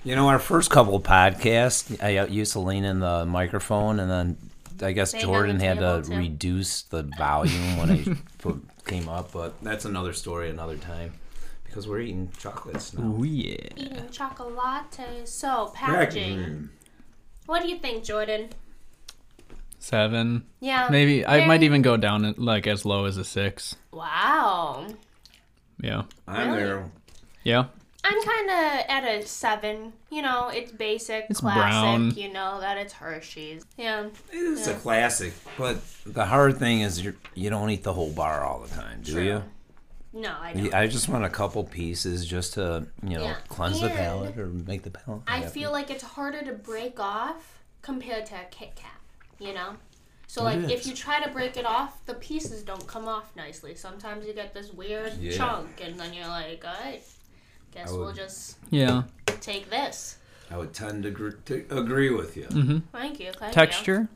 S2: You know, our first couple of podcasts, I uh, used to lean in the microphone, and then I guess
S3: Bang on the
S2: Jordan had to
S3: table, too.
S2: reduce the volume when I put, came up. But that's another story, another time, because we're eating chocolates now.
S3: Mm-hmm.
S1: Oh yeah.
S3: Eating chocolates. So packaging.
S4: Hmm.
S3: What do you think, Jordan?
S1: Seven.
S3: Yeah.
S1: Maybe I might
S3: very-
S1: even go down at, like as low as a six.
S3: Wow.
S1: Yeah.
S4: I'm
S3: Really?
S4: there.
S1: Yeah.
S3: I'm kind of at a seven. You know, it's basic,
S1: It's brown.
S3: classic. You know that it's Hershey's. Yeah.
S4: It is a classic.
S2: But the hard thing is you you don't eat the whole bar all the time, do you?
S3: No, I don't.
S2: you? I just want a couple pieces just to you know
S3: Yeah.
S2: cleanse the
S3: And
S2: palate or make the palate.
S3: I
S2: happy.
S3: feel like it's harder to break off compared to a Kit Kat. You know. So like, if
S2: is.
S3: you try to break it off, the pieces don't come off nicely. Sometimes you get this weird
S4: Yeah.
S3: chunk, and then you're like, all right, guess we'll
S4: would-
S3: just
S1: Yeah.
S3: take this.
S4: I would tend to, gr- to agree with you.
S3: Thank you. Thank you.
S1: Mm-hmm. Texture.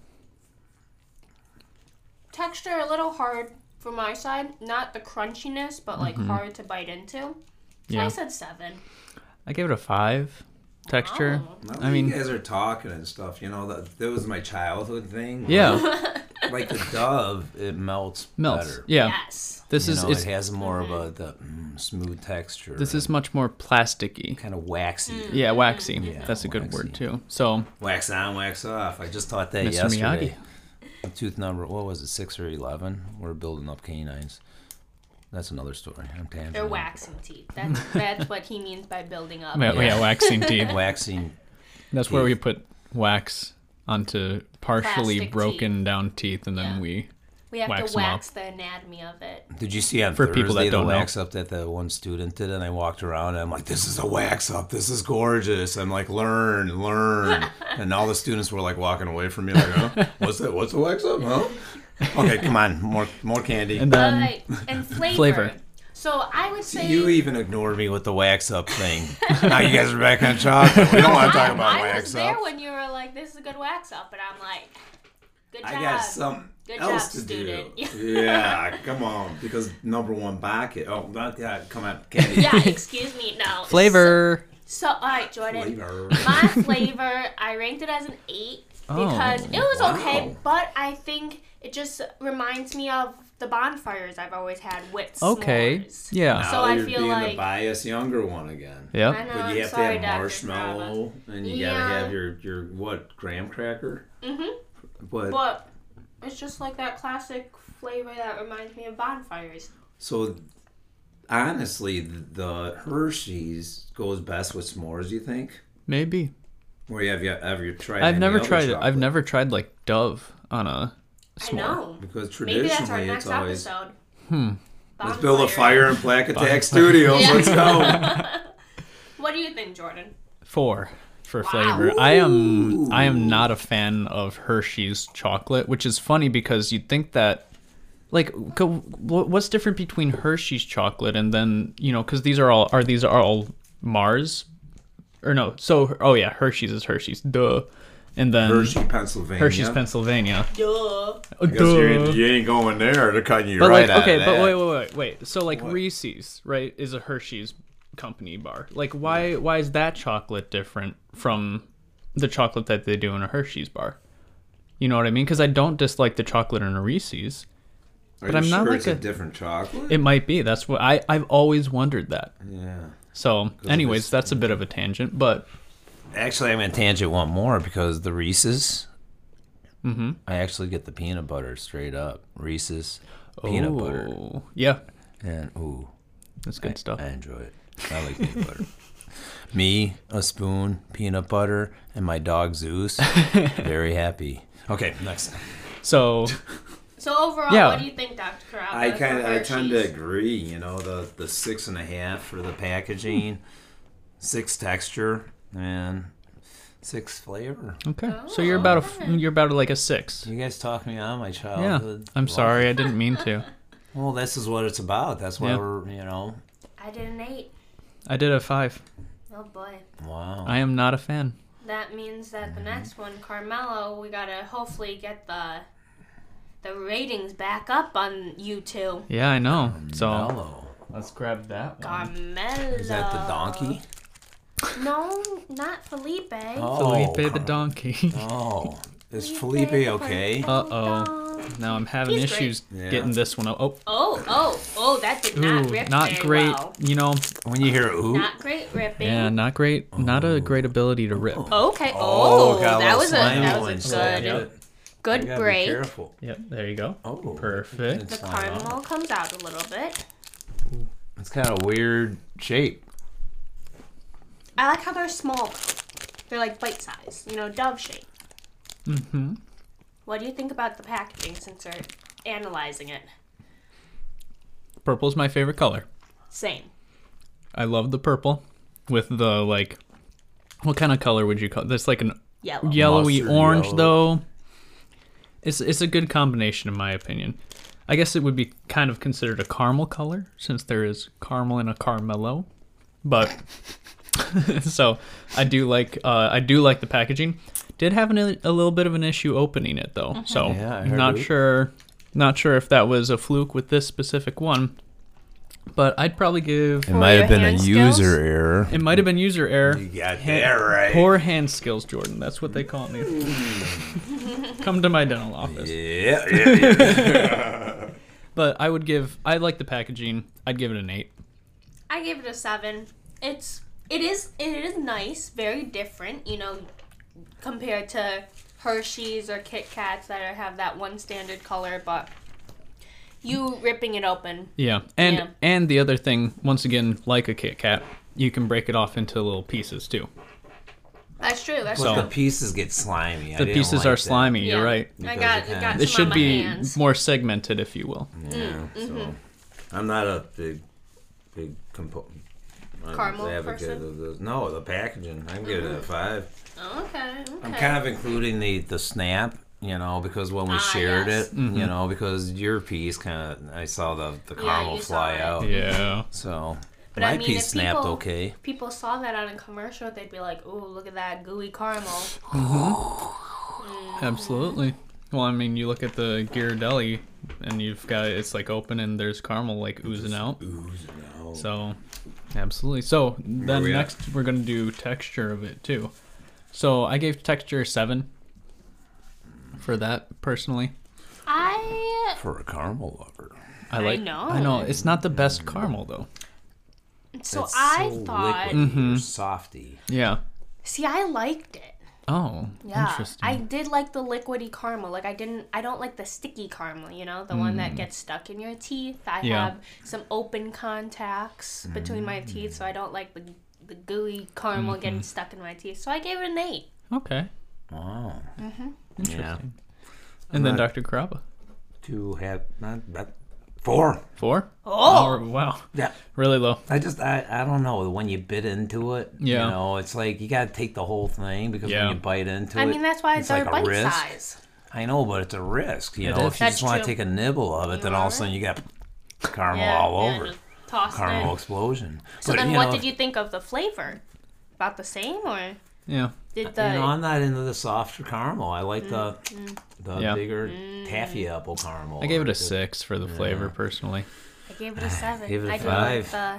S3: texture a little hard for my side. Not the crunchiness, but like hard to bite into. So
S1: Mm-hmm. Yeah.
S3: I said seven.
S1: I gave it a five. Texture.
S3: Oh.
S4: Now that
S1: I mean-
S4: you guys are talking and stuff. You know, that, that was my childhood thing.
S1: Yeah.
S2: like the Dove, it melts.
S1: Melts.
S2: Better.
S1: Yeah.
S3: Yes.
S1: This
S2: You
S1: is
S2: know,
S1: it's,
S2: it has more of a
S3: Mm-hmm.
S2: the mm, smooth texture.
S1: this is much more plasticky.
S2: kind of waxy.
S3: Mm.
S1: Yeah, waxy. That's a good
S2: waxy.
S1: word too. So
S4: Wax on, wax off.
S2: I just taught that
S1: Mr.
S2: yesterday. Tooth number, what was it, six or eleven? We're building up canines. That's another story. I'm tangent.
S3: They're waxing teeth. That's that's what he means by building up.
S1: yeah, yeah, waxing teeth.
S2: Waxing.
S1: That's where we put wax onto partially
S3: Plastic
S1: broken down teeth, and then
S3: Yeah.
S1: we
S3: We have
S1: Wax
S3: to
S1: 'em up.
S3: wax the anatomy of it.
S2: Did you see on
S1: For
S2: Thursday
S1: people that
S2: the
S1: don't know.
S2: wax up that the one student did? And I walked around and I'm like, this is a wax up. This is gorgeous. I'm like, learn, learn. and all the students were like walking away from me like, huh? What's that? What's a wax up? Huh? Okay, come on. More more candy.
S1: And then
S3: Alright, and flavor.
S1: Um, flavor.
S3: So I would say
S2: you even ignored me with the wax up thing. now you guys are back on chocolate. We don't want to talk about
S3: I was
S2: wax
S3: there
S2: up.
S3: when you were like, "This is a good wax up," and I'm like, "Good job."
S2: I got something
S3: Good
S2: else
S3: job,
S2: to
S3: student.
S2: do. yeah, come on. Because number one bucket. Oh, not, yeah, come on, candy.
S3: yeah, excuse me. No
S1: flavor.
S3: So, all right, Jordan.
S2: Flavor.
S3: My flavor, I ranked it as an eight
S1: Oh,
S3: because it was
S2: wow.
S3: okay, but I think it just reminds me of the bonfires I've always had with
S1: Okay.
S3: s'mores.
S1: Yeah.
S2: Now
S3: So I
S2: you're
S3: feel
S2: being the
S3: like-
S2: biased younger one again.
S3: I
S1: Yep.
S3: know.
S2: But you
S3: I'm
S2: have
S3: sorry,
S2: to have
S3: Dr. Drama.
S2: marshmallow, and you
S3: Yeah.
S2: gotta have your your what graham cracker. Mm-hmm. But,
S3: But it's just like that classic flavor that reminds me of bonfires.
S2: so honestly, the Hershey's goes best with s'mores. You think?
S1: Maybe.
S2: Or you have you have you tried?
S1: I've
S2: any
S1: never
S2: other
S1: tried it. I've
S2: chocolate?
S1: never tried like Dove on a s'more.
S3: I know.
S2: because
S3: Maybe
S2: traditionally
S3: that's our
S2: it's
S3: next
S2: always
S3: episode. Hmm.
S2: let's build a fire in Black Attack Studios. Let's go.
S3: What do you think, Jordan?
S1: Four for flavor. I am I am not a fan of Hershey's chocolate, which is funny because you'd think that like go, wh- what's different between Hershey's chocolate and then, you know, cuz these are all are these are all Mars or no. So oh yeah, Hershey's is Hershey's. Duh. And then
S2: Hershey, Pennsylvania.
S1: Mm-hmm. Hershey's Pennsylvania.
S3: Duh.
S1: Oh,
S2: Because
S1: duh.
S2: you you ain't going there. They're cutting you
S1: But
S2: right
S1: like,
S2: out
S1: okay,
S2: of
S1: but
S2: that.
S1: wait, wait, wait, wait. So like Reese's, right, is a Hershey's company bar. Like, why, why is that chocolate different from the chocolate that they do in a Hershey's bar? You know what I mean? Because I don't dislike the chocolate in a Reese's.
S2: Are
S1: but
S2: you
S1: I'm not
S2: sure
S1: like
S2: it's a,
S1: a-
S2: different chocolate.
S1: It might be. That's what I, I've always wondered that.
S2: yeah.
S1: So, anyways, that's a bit of a tangent, but
S2: Actually, I'm gonna tangent one more because the Reese's. Mm-hmm. I actually get the peanut butter straight up Reese's peanut butter,
S1: Oh, yeah,
S2: and ooh,
S1: that's good stuff.
S2: I enjoy it. I like peanut butter. Me, a spoon, peanut butter, and my dog Zeus. Very happy. Okay, next.
S1: so,
S3: So overall,
S1: Yeah.
S3: what do you think, Dr. Carrabba?
S4: I kind of,
S3: for
S4: I tend to
S3: Hershey's?
S4: agree. You know, the the six and a half for the packaging,
S2: Six texture and six flavor.
S1: okay, so you're about a, f- you're about like a six.
S2: You guys talk me on my
S1: Yeah,
S2: childhood.
S1: I'm
S2: Well,
S1: sorry, I didn't mean to.
S2: Well, this is what it's about. That's why
S1: Yeah.
S2: we're, you know,
S3: I did an eight.
S1: I did a five.
S3: Oh boy.
S2: wow.
S1: I am not a fan.
S3: That means that the next
S2: Mm-hmm.
S3: one, Carmelo, we gotta hopefully get the the ratings back up on you two.
S1: Yeah, I know. So
S2: Mellow.
S1: Um, let's grab that one.
S3: Carmelo.
S2: Is that the donkey?
S3: No, not Felipe.
S1: Felipe the donkey.
S2: Oh, is Felipe okay?
S1: Uh oh. Now I'm having
S3: He's great.
S1: issues
S2: Yeah.
S1: getting this one. Oh,
S3: Oh, oh, oh! That did
S1: ooh,
S3: not rip.
S1: not
S3: very
S1: great.
S3: well.
S1: You know,
S2: When you hear ooh,
S3: Not great ripping.
S1: yeah, not great. Not a great ability to rip.
S3: Okay.
S2: Oh,
S3: Oh,
S2: got a
S3: that
S2: little
S3: was a
S2: slimy
S3: that
S2: one,
S3: was
S2: so
S3: a good
S1: Yep.
S2: you
S3: good
S2: gotta be
S3: break.
S2: careful.
S1: Yep. There you go.
S2: Oh,
S1: Perfect.
S3: The
S2: It's, not on.
S3: Carmelo comes out a little bit.
S2: It's kind of weird shape.
S3: I like how they're small. They're like bite size, you know, dove shape.
S1: Mm-hmm.
S3: What do you think about the packaging since we're analyzing it?
S1: Purple's my favorite color.
S3: Same.
S1: I love the purple, with the like. What kind of color would you call? That's like an
S3: Yellow.
S1: yellowy
S2: Uh, Mustard
S1: orange
S2: yellow.
S1: though. It's it's a good combination in my opinion. I guess it would be kind of considered a caramel color since there is caramel in a Carmelo, but so I do like uh, I do like the packaging. Did have an, a little bit of an issue opening it though, so
S2: Yeah, I heard
S1: not
S2: it.
S1: sure not sure if that was a fluke with this specific one, but I'd probably give
S2: It
S3: might have your been a hand skills? user
S2: error.
S1: it might have been user error.
S2: You got that right.
S1: Poor hand skills, Jordan. That's what they call me. Come to my dental office.
S2: Yeah, yeah, yeah.
S1: But I would give. I like the packaging. I'd give it an eight.
S3: I gave it a seven. It's it is it is nice, very different, you know, compared to Hershey's or Kit Kats that are, have that one standard color, but you ripping it open.
S1: Yeah. And
S3: Yeah.
S1: and the other thing, once again, like a Kit Kat, you can break it off into little pieces too.
S3: That's true. That's
S5: So-
S3: true.
S2: the pieces get slimy. I
S1: The
S2: didn't
S1: pieces
S2: like
S1: are
S2: that.
S1: slimy. You're
S3: Yeah.
S1: right.
S3: I
S2: Because
S3: got,
S2: it
S3: I got
S1: It
S3: some on
S1: should
S3: my
S1: be
S3: hands.
S1: more segmented, if you will.
S2: Yeah. So
S3: Mm-hmm.
S2: I'm not a big, big compo- I'm
S3: Caramel
S2: advocate
S3: person?
S2: of those. No, the packaging. I can give it a five.
S3: Oh, okay. Okay.
S2: I'm kind of including the the snap, you know, because when we
S3: Ah,
S2: shared
S3: yes.
S2: it,
S1: Mm-hmm.
S2: you know, because your piece kind of I saw the the
S3: Yeah,
S2: caramel
S3: you saw
S2: fly
S3: it.
S2: out.
S1: Yeah.
S2: So
S3: But
S2: my
S3: I mean,
S2: piece
S3: if
S2: snapped
S3: people-
S2: okay.
S3: People saw that on a commercial, they'd be like, "Ooh, look at that gooey caramel."
S1: Absolutely. Well, I mean, you look at the Ghirardelli, and you've got it's like open, and there's caramel like oozing out.
S2: Oozing out.
S1: So, absolutely. So then
S2: we at?
S1: next we're gonna do texture of it too. So I gave texture a seven for that personally.
S3: I
S2: For a caramel lover.
S1: I
S3: I
S1: like.
S3: know.
S1: I know it's not the best caramel though.
S3: so
S2: It's
S3: I
S2: so
S3: thought.
S2: liquidy
S1: Mm-hmm.
S2: or softy.
S1: Yeah.
S3: See, I liked it.
S1: Oh.
S3: Yeah,
S1: Interesting.
S3: I did like the liquidy caramel. Like I didn't. I don't like the sticky caramel. You know, the one
S2: Mm.
S3: that gets stuck in your teeth. I
S1: Yeah.
S3: have some open contacts between my teeth, so I don't like the the gooey caramel
S2: Mm-hmm.
S3: getting stuck in my teeth. So I gave it an eight.
S1: okay.
S2: Wow.
S3: Mm-hmm.
S1: Interesting.
S2: Oh. Yeah.
S1: And then
S2: not-
S1: Dr. Caraba.
S2: Two have not, not four.
S1: Four.
S3: Oh,
S1: wow.
S2: Yeah.
S1: Really low.
S2: I just I, I don't know when you bit into it.
S1: Yeah.
S2: You know, it's like you gotta take the whole thing because
S1: Yeah.
S2: when you bite into
S3: I
S2: it,
S3: mean that's why
S2: it's
S3: they're
S2: like a
S3: bite
S2: risk.
S3: size.
S2: I know, but it's a risk. You
S1: It
S2: know,
S1: is.
S2: if you
S3: That's
S2: just want
S3: true.
S2: to take a nibble of it, then all of a sudden you got caramel all over,
S3: just toss
S2: caramel
S3: it.
S2: explosion.
S3: So
S2: but
S3: then,
S2: you
S3: what
S2: know,
S3: did you think of the flavor? About the same, or
S1: Yeah.
S3: did
S2: Uh, You
S3: the Mm.
S2: know, I'm not into the softer caramel. I like the the
S1: Yeah.
S2: bigger taffy apple caramel.
S1: I gave it
S2: or
S1: a
S2: the-
S1: six for the flavor personally.
S3: I gave it a seven.
S2: Give it a
S3: I do
S2: five.
S3: like the.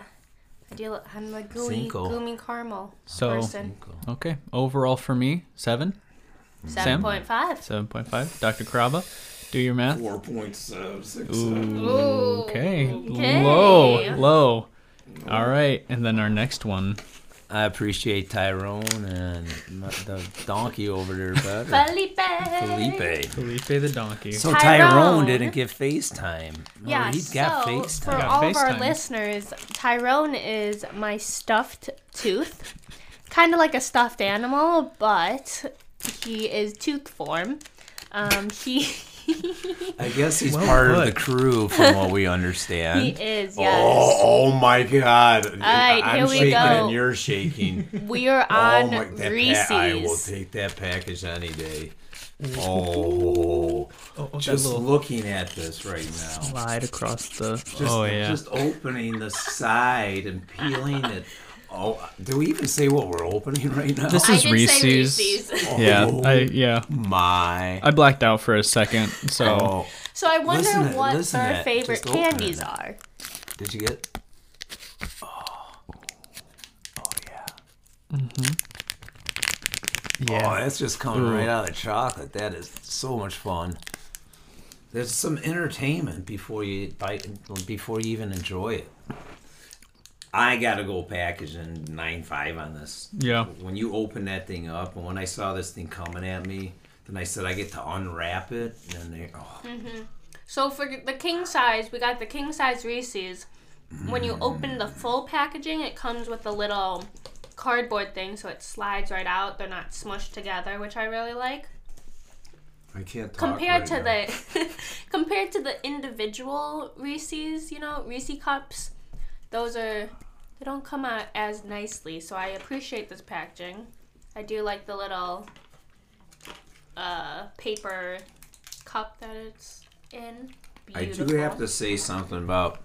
S3: I do. I'm the gooey,
S2: Cinco.
S3: gooey caramel
S1: So- mm-hmm.
S3: person.
S1: Okay. Overall for me, seven.
S3: Seven point five.
S1: 7.5. Dr. Caraba, do your math.
S2: Four point seven six.
S3: Ooh.
S1: Okay.
S3: Okay.
S1: Low. Low. All right. And then our next one.
S2: I appreciate Tyrone and the donkey over there better.
S3: Felipe.
S2: Felipe.
S1: Felipe the Donkey.
S2: So
S3: Tyrone.
S2: Tyrone, didn't get FaceTime. No,
S3: Yeah,
S2: he's got
S3: so
S2: FaceTime.
S3: for
S1: Got
S3: all of our
S1: FaceTime.
S3: listeners, Tyrone is my stuffed tooth, kind of like a stuffed animal, but he is tooth form. Um, he
S2: I guess he's
S1: Well
S2: part
S1: put.
S2: of the crew, from what we
S3: he
S2: understand.
S3: is
S2: Oh,
S3: yes.
S2: oh my God! All
S3: right,
S2: I'm
S3: here we
S2: shaking
S3: go.
S2: and you're shaking.
S3: We are
S2: oh
S3: on
S2: my, that
S3: Reese's.
S2: pa- I will take that package any day. Oh,
S1: oh,
S2: just looking at this right now.
S1: slide across the.
S2: Just,
S1: oh, yeah.
S2: Just opening the side and peeling it. Oh, do we even say what we're opening right now?
S1: This
S3: I
S1: is
S3: did
S1: Reese's.
S3: say Reese's.
S1: yeah.
S2: Oh.
S1: I, yeah.
S2: my.
S1: I blacked out for a second. So.
S2: Oh,
S3: So I wonder
S2: Listen to-
S3: what
S2: listen to
S3: their
S2: that.
S3: favorite
S2: Just open it.
S3: candies are.
S2: did you get? Oh,
S1: Yeah. Mm.
S2: that's just coming right out of the chocolate. That is so much fun. There's some entertainment before you bite, before you even enjoy it. I gotta go packaging nine five on this.
S1: Yeah.
S2: When you open that thing up, and when I saw this thing coming at me, then I said I get to unwrap it, and they, oh,
S3: So for the king size, we got the king size Reese's. When you open the full packaging, it comes with a little cardboard thing, so it slides right out. They're not smushed together, which I really like.
S2: I can't. Talk
S3: Compared
S2: right
S3: to
S2: now.
S3: the compared to the individual Reese's, you know, Reese cups, those are they don't come out as nicely. So I appreciate this packaging. I do like the little uh, paper cup that it's in.
S2: I
S3: Beautiful.
S2: do have to say something about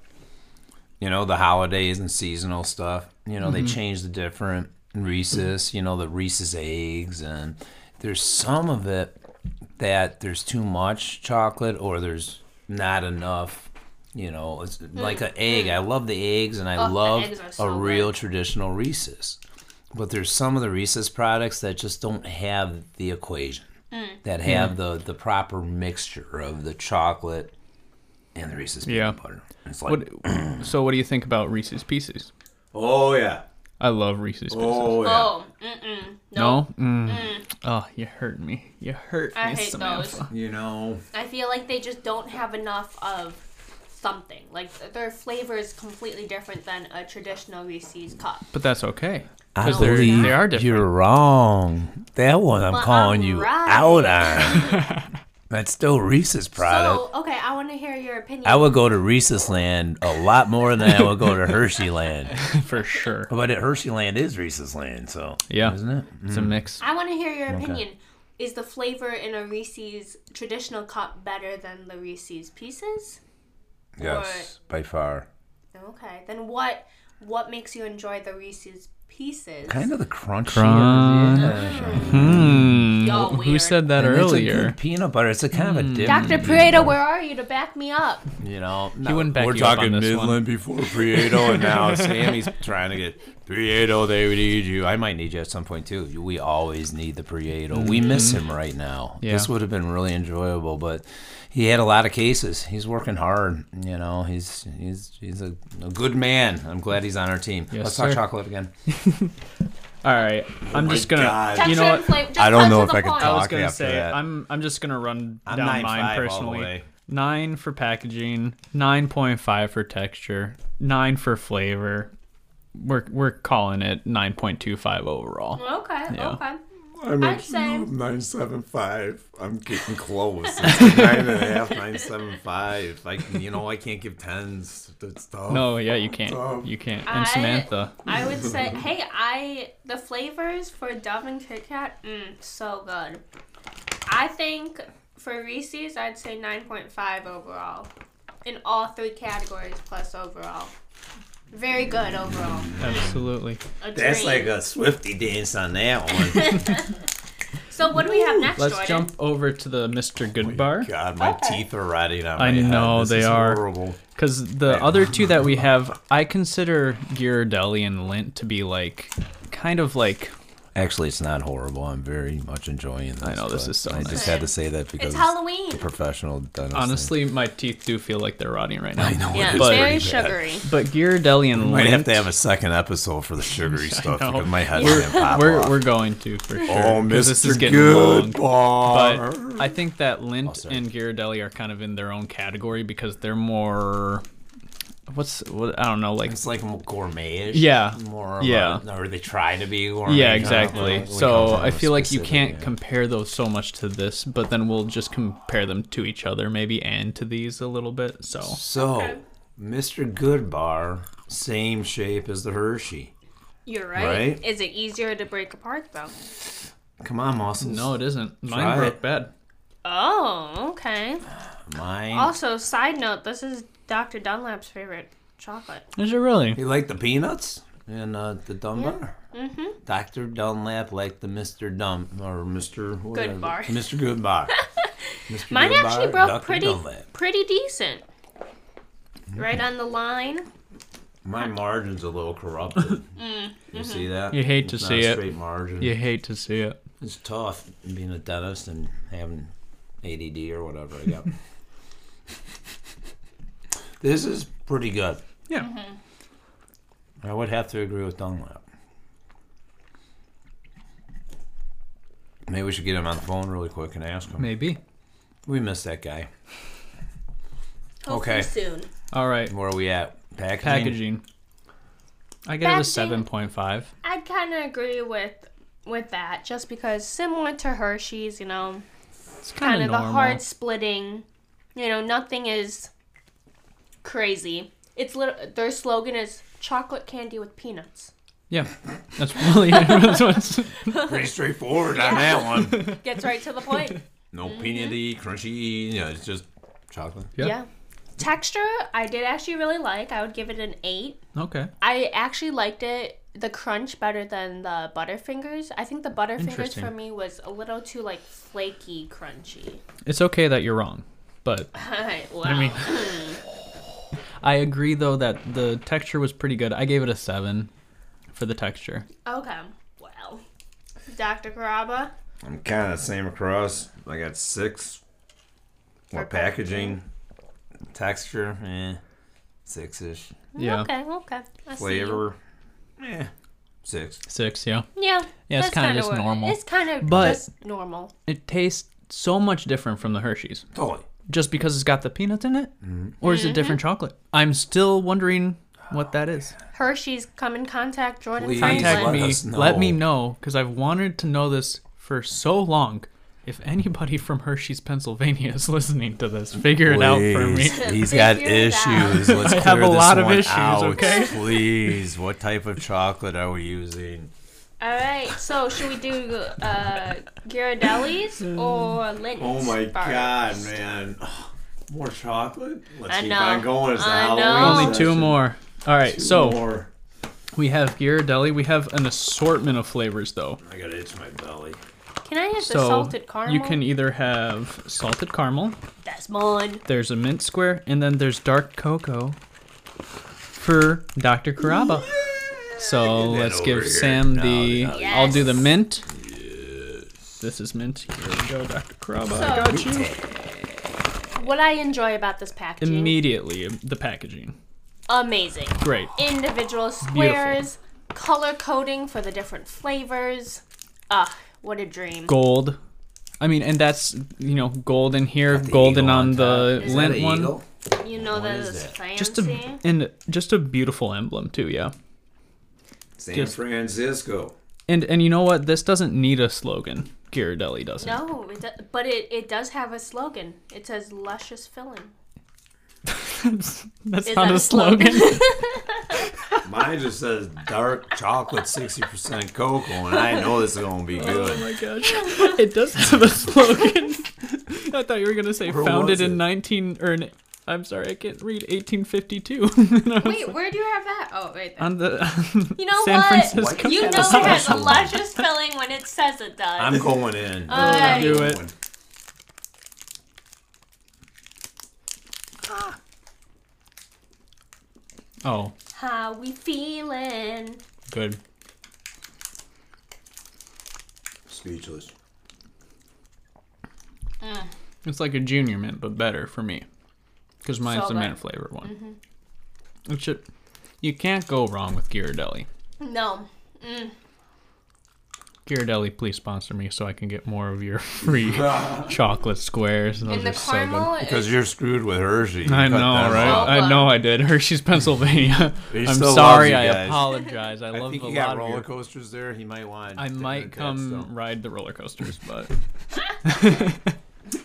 S2: you know the holidays and seasonal stuff. You know they
S3: Mm-hmm.
S2: change the different Reese's. You know the Reese's eggs and there's some of it that there's too much chocolate or there's not enough. You know, it's like an egg. I love the eggs and I
S3: Mm, Oh, the eggs are
S2: love
S3: so
S2: a real
S3: good.
S2: traditional Reese's. But there's some of the Reese's products that just don't have the equation. That have the, the proper mixture of the chocolate and the Reese's peanut
S1: Yeah.
S2: butter. It's like,
S1: What, so, what do you think about Reese's Pieces?
S2: oh yeah,
S1: I love Reese's Pieces.
S2: oh yeah.
S3: Oh, mm-mm. No,
S1: No? Mm. Oh, you hurt me. You hurt
S3: I
S1: me,
S3: hate
S1: Samantha.
S3: those.
S2: You know,
S3: I feel like they just don't have enough of something. Like th- their flavor is completely different than a traditional Reese's cup.
S1: But that's okay.
S2: I
S3: they're-
S2: believe
S1: they are different.
S2: You're wrong. That one I'm
S3: But
S2: calling
S3: I'm
S2: you
S3: right.
S2: out on. That's still Reese's product.
S3: So, okay, I want to hear your opinion.
S2: I would go to Reese's Land a lot more than I would go to Hershey Land.
S1: for sure.
S2: But at Hershey Land is Reese's Land, so
S1: Yeah.
S2: isn't it? Hmm.
S1: It's a mix.
S3: I want to hear your opinion. Is the flavor in a Reese's traditional cup better than the Reese's pieces?
S4: Yes, by far.
S3: Okay, then what what makes you enjoy the Reese's pieces?
S2: Kind of the crunchy.
S1: Crunch.
S2: Yeah.
S1: Hmm.
S3: Y'all
S1: Who
S3: weird.
S1: said that
S2: And it's a good
S1: earlier?
S2: peanut butter. It's a kind of a different.
S3: Dr. Prieto, where are you to back me up?
S2: You know,
S1: He wouldn't back
S4: We're
S1: you up
S4: talking
S1: on this
S4: Midland
S1: one.
S4: before Prieto, and now Sammy's trying to get Prieto. They would need you.
S2: I might need you at some point too. We always need the Prieto. We miss him right now.
S1: Mm-hmm. Yeah.
S2: This would have been really enjoyable, but he had a lot of cases. He's working hard. You know, he's he's he's a, a good man. I'm glad he's on our team.
S1: Yes,
S2: Let's
S1: sir.
S2: talk chocolate again.
S1: All right. I'm
S2: Oh
S1: just gonna.
S4: God.
S1: You
S3: Texture
S1: know
S3: and
S1: what?
S3: flavor. Just
S4: I don't
S3: cut
S4: know
S3: to
S4: if
S3: the
S4: I could
S3: point.
S1: I was
S4: Talk
S1: gonna
S4: after
S1: say
S4: that.
S1: I'm. I'm just gonna run
S2: I'm
S1: down
S2: 9.5
S1: mine
S2: all the
S1: personally.
S2: way.
S1: Nine for packaging. Nine point five for texture. Nine for flavor. We're we're calling it nine point two five overall.
S3: Okay,
S1: Yeah.
S3: okay.
S4: I'm
S3: I'd say-
S4: nine seven five. I'm getting close. It's like nine and a half, nine seven five. Like you know, I can't give tens. That's tough.
S1: No, yeah, you can't.
S2: Oh.
S4: Um,
S1: You can't.
S3: I-
S1: And Samantha.
S3: I would say, hey, I the flavors for Dove and Kit Kat, mm, so good. I think for Reese's, I'd say 9.5 overall in all three categories plus overall. Very good overall.
S1: Absolutely.
S3: A
S2: That's
S3: dream.
S2: like a swifty dance on that one.
S3: so what do we have next,
S1: Let's
S3: Jordan?
S1: jump over to the Mr. Good Bar.
S2: God, my
S3: Okay.
S2: teeth are rotting out.
S1: I
S2: my head.
S1: know,
S2: This
S1: they
S2: is
S1: are.
S2: horrible.
S1: Because the other two that we have, I consider Ghirardelli and Lint to be like, kind of like,
S2: Actually, it's not horrible. I'm very much enjoying this. I
S1: know, this is so
S2: I
S1: nice.
S2: just had to say that because
S3: It's Halloween.
S2: the professional dentist. thing.
S1: honestly, my teeth do feel like they're rotting right now.
S2: I know.
S3: Yeah,
S2: it
S3: it's
S2: is
S1: But-
S3: very
S2: pretty bad.
S3: sugary.
S1: But Ghirardelli and
S2: Might
S1: Lint,
S2: have to have a second episode for the sugary stuff
S1: know.
S2: because my head's gonna pop
S1: we're,
S2: off.
S1: we're going to for sure.
S4: Oh,
S1: 'cause
S4: Mr.
S1: This is getting long.
S4: Good
S1: But
S4: Bar.
S1: I think that Lint
S2: sorry.
S1: and Ghirardelli are kind of in their own category because they're more, what's, what, I don't know, like
S2: it's like more gourmetish.
S1: Yeah.
S2: More. of
S1: Yeah.
S2: A, or they try to be gourmet.
S1: Yeah,
S2: kind of
S1: exactly.
S2: thing. We
S1: So
S2: come to
S1: I feel like you
S2: specific,
S1: can't
S2: yeah.
S1: compare those so much to this, but then we'll just compare them to each other maybe and to these a little bit. So
S2: So, Mr. Goodbar, same shape as the Hershey.
S3: You're right.
S2: Right?
S3: Is it easier to break apart though?
S2: Come on, muscles.
S1: no, it isn't. Mine
S2: Try
S1: broke
S2: it.
S1: bad.
S3: Oh, okay.
S2: mine.
S3: Also, side note, this is Dr. Dunlap's favorite chocolate.
S1: Is it really?
S2: You like the peanuts and uh, the Dunbar? Mm-hmm. Dr. Dunlap liked the Mr. Dum or Mr. whatever.
S3: Bar.
S2: Mr. Goodbar. Mr.
S3: Mine
S2: Goodbar,
S3: actually broke
S2: Dr.
S3: pretty
S2: Dunlap.
S3: pretty decent. Right on the line.
S2: My margin's a little corrupted.
S3: Mm-hmm.
S2: You see that?
S1: You hate to
S2: It's
S1: see
S2: not a
S1: it.
S2: Straight margin.
S1: You hate to see it.
S2: It's tough being a dentist and having ADD or whatever I got. this is pretty good. Mm-hmm.
S1: Yeah.
S2: I would have to agree with Dunlap. Maybe we should get him on the phone really quick and ask him.
S1: Maybe.
S2: We miss that guy.
S3: Hopefully
S2: Okay.
S3: soon.
S1: All right.
S2: Where are we at? Packaging.
S1: Packaging. I give it a
S3: Packaging.
S1: 7.5.
S3: I kind of agree with with that just because similar to Hershey's, you know,
S1: It's
S3: kind
S1: kind
S3: of
S1: of
S3: the
S1: normal.
S3: hard splitting. You know, nothing is crazy. It's lit- their slogan is chocolate candy with peanuts.
S1: Yeah. That's really that's what's-
S2: Pretty straightforward on that one.
S3: Gets right to the point.
S2: No
S1: Mm-hmm.
S2: peanutty, crunchy. You know, it's just chocolate.
S1: Yeah.
S3: yeah. Texture, I did actually really like. I would give it an 8.
S1: Okay.
S3: I actually liked it the crunch better than the butterfingers. I think the butterfingers
S1: Interesting.
S3: for me was a little too like flaky crunchy.
S1: It's okay that you're wrong, but
S3: wow.
S1: I mean,
S3: hmm.
S1: I agree though that the texture was pretty good. I gave it a seven for the texture.
S3: okay. Well. Dr. Caraba.
S4: I'm kind of same across. I got six.
S3: For
S4: More packaging.
S2: Texture, eh. Six ish.
S1: Yeah,
S3: Okay, okay. I see you.
S4: Flavor.
S2: Eh. Six.
S1: six. Yeah,
S3: Yeah.
S1: Yeah, it's
S3: that's
S1: kinda
S3: kinda
S1: just
S3: what-
S1: normal.
S3: It's kind of
S1: But-
S3: just normal.
S1: it tastes so much different from the Hershey's,
S2: Totally. Mm-hmm.
S3: Mm-hmm.
S1: just because it's got the peanuts in it, or is it different chocolate? I'm still wondering what that is.
S3: Hershey's come in contact Jordan
S2: Please
S3: Franklin.
S1: Contact
S2: let
S1: me.
S2: us know.
S1: Let me know because I've wanted to know this for so long. If anybody from Hershey's, Pennsylvania is listening to this, figure it out for me.
S2: Please. He's got
S3: Figure it out.
S2: issues. Let's
S1: I
S2: clear
S1: have a
S2: this
S1: lot of
S2: one
S1: issues,
S2: out,
S1: okay?
S2: Please, what type of chocolate are we using?
S3: All right, so should we do uh, Ghirardelli's or Linton's?
S2: Oh my
S3: first?
S2: god, man. More chocolate? Let's
S3: I
S2: keep
S3: know.
S2: on going. It's the
S3: I know.
S2: Halloween
S1: Only two
S2: session.
S1: more. All right,
S2: Two
S1: so
S2: more.
S1: we have Ghirardelli. We have an assortment of flavors, though.
S2: I gotta itch my belly.
S3: Can I have the
S1: So
S3: salted caramel?
S1: you can either have salted caramel,
S3: That's mine.
S1: there's a mint square, and then there's dark cocoa for Dr. Caraba.
S2: Get
S1: So
S2: that
S1: let's
S2: over
S1: give
S2: here. Oh,
S1: Sam
S2: No,
S1: the.
S2: no,
S3: no.
S1: I'll do the
S3: Yes.
S1: mint. This is mint. Here we go, Dr. Caraba.
S3: So-
S1: I got you.
S3: What I enjoy about this packaging,
S1: Immediately, the packaging.
S3: amazing.
S1: Great.
S3: Individual squares, color coding for the different flavors. Ah, what a dream.
S1: Gold. I mean, and that's, you know, gold in here,
S2: Got the
S1: golden
S2: eagle
S1: on
S2: top.
S1: the
S2: Is that
S1: lint
S2: an
S1: one.
S2: eagle?
S3: you know
S2: What
S3: that
S2: is
S3: is
S2: that?
S3: fancy.
S1: just a and just a beautiful emblem too yeah
S2: San
S1: Just-
S2: Francisco.
S1: and and you know what this doesn't need a slogan Ghirardelli doesn't
S3: no, it do- but it, it does have a slogan. It says luscious filling.
S1: that's
S3: Is
S1: not
S3: that
S1: a
S3: a slogan?
S1: slogan,
S2: Mine just says dark chocolate, 60% cocoa, and I know this is gonna be
S1: oh
S2: good.
S1: my gosh it does have a slogan i thought you were gonna say
S2: Where
S1: founded
S2: was
S1: in
S2: it?
S1: 19 or in, i'm sorry i can't read 1852 And I was
S3: Wait,
S1: like,
S3: where do you have that? Oh, right there.
S1: on the
S3: You know
S1: San
S3: what?
S1: Francisco
S3: You know it
S1: catalog.
S3: has a luscious filling when it says it does.
S2: I'm going in.
S3: Alright.
S1: do it oh
S3: How we feeling?
S1: good
S2: Speechless.
S1: It's like a junior mint, but better for me, because mine's
S3: So
S1: the
S3: good.
S1: mint flavored one.
S3: Mm-hmm.
S1: It should, you can't go wrong with Ghirardelli.
S3: No.
S1: Ghirardelli, please sponsor me so I can get more of your free chocolate squares. Those
S3: And the
S1: are Oh, so good.
S3: caramel
S2: Because
S3: is
S2: you're screwed with Hershey. You
S1: I
S2: cut
S1: know,
S2: them
S1: right?
S2: off.
S1: I know I did. Hershey's, Pennsylvania.
S2: He
S1: I'm
S2: still
S1: sorry.
S2: loves you
S1: I
S2: guys.
S1: apologize. I love
S2: I think
S1: a
S2: you
S1: lot
S2: got
S1: of
S2: roller
S1: your-
S2: coasters there. He might want.
S1: I
S2: to
S1: might
S2: hit that
S1: come
S2: stuff.
S1: ride the roller coasters, but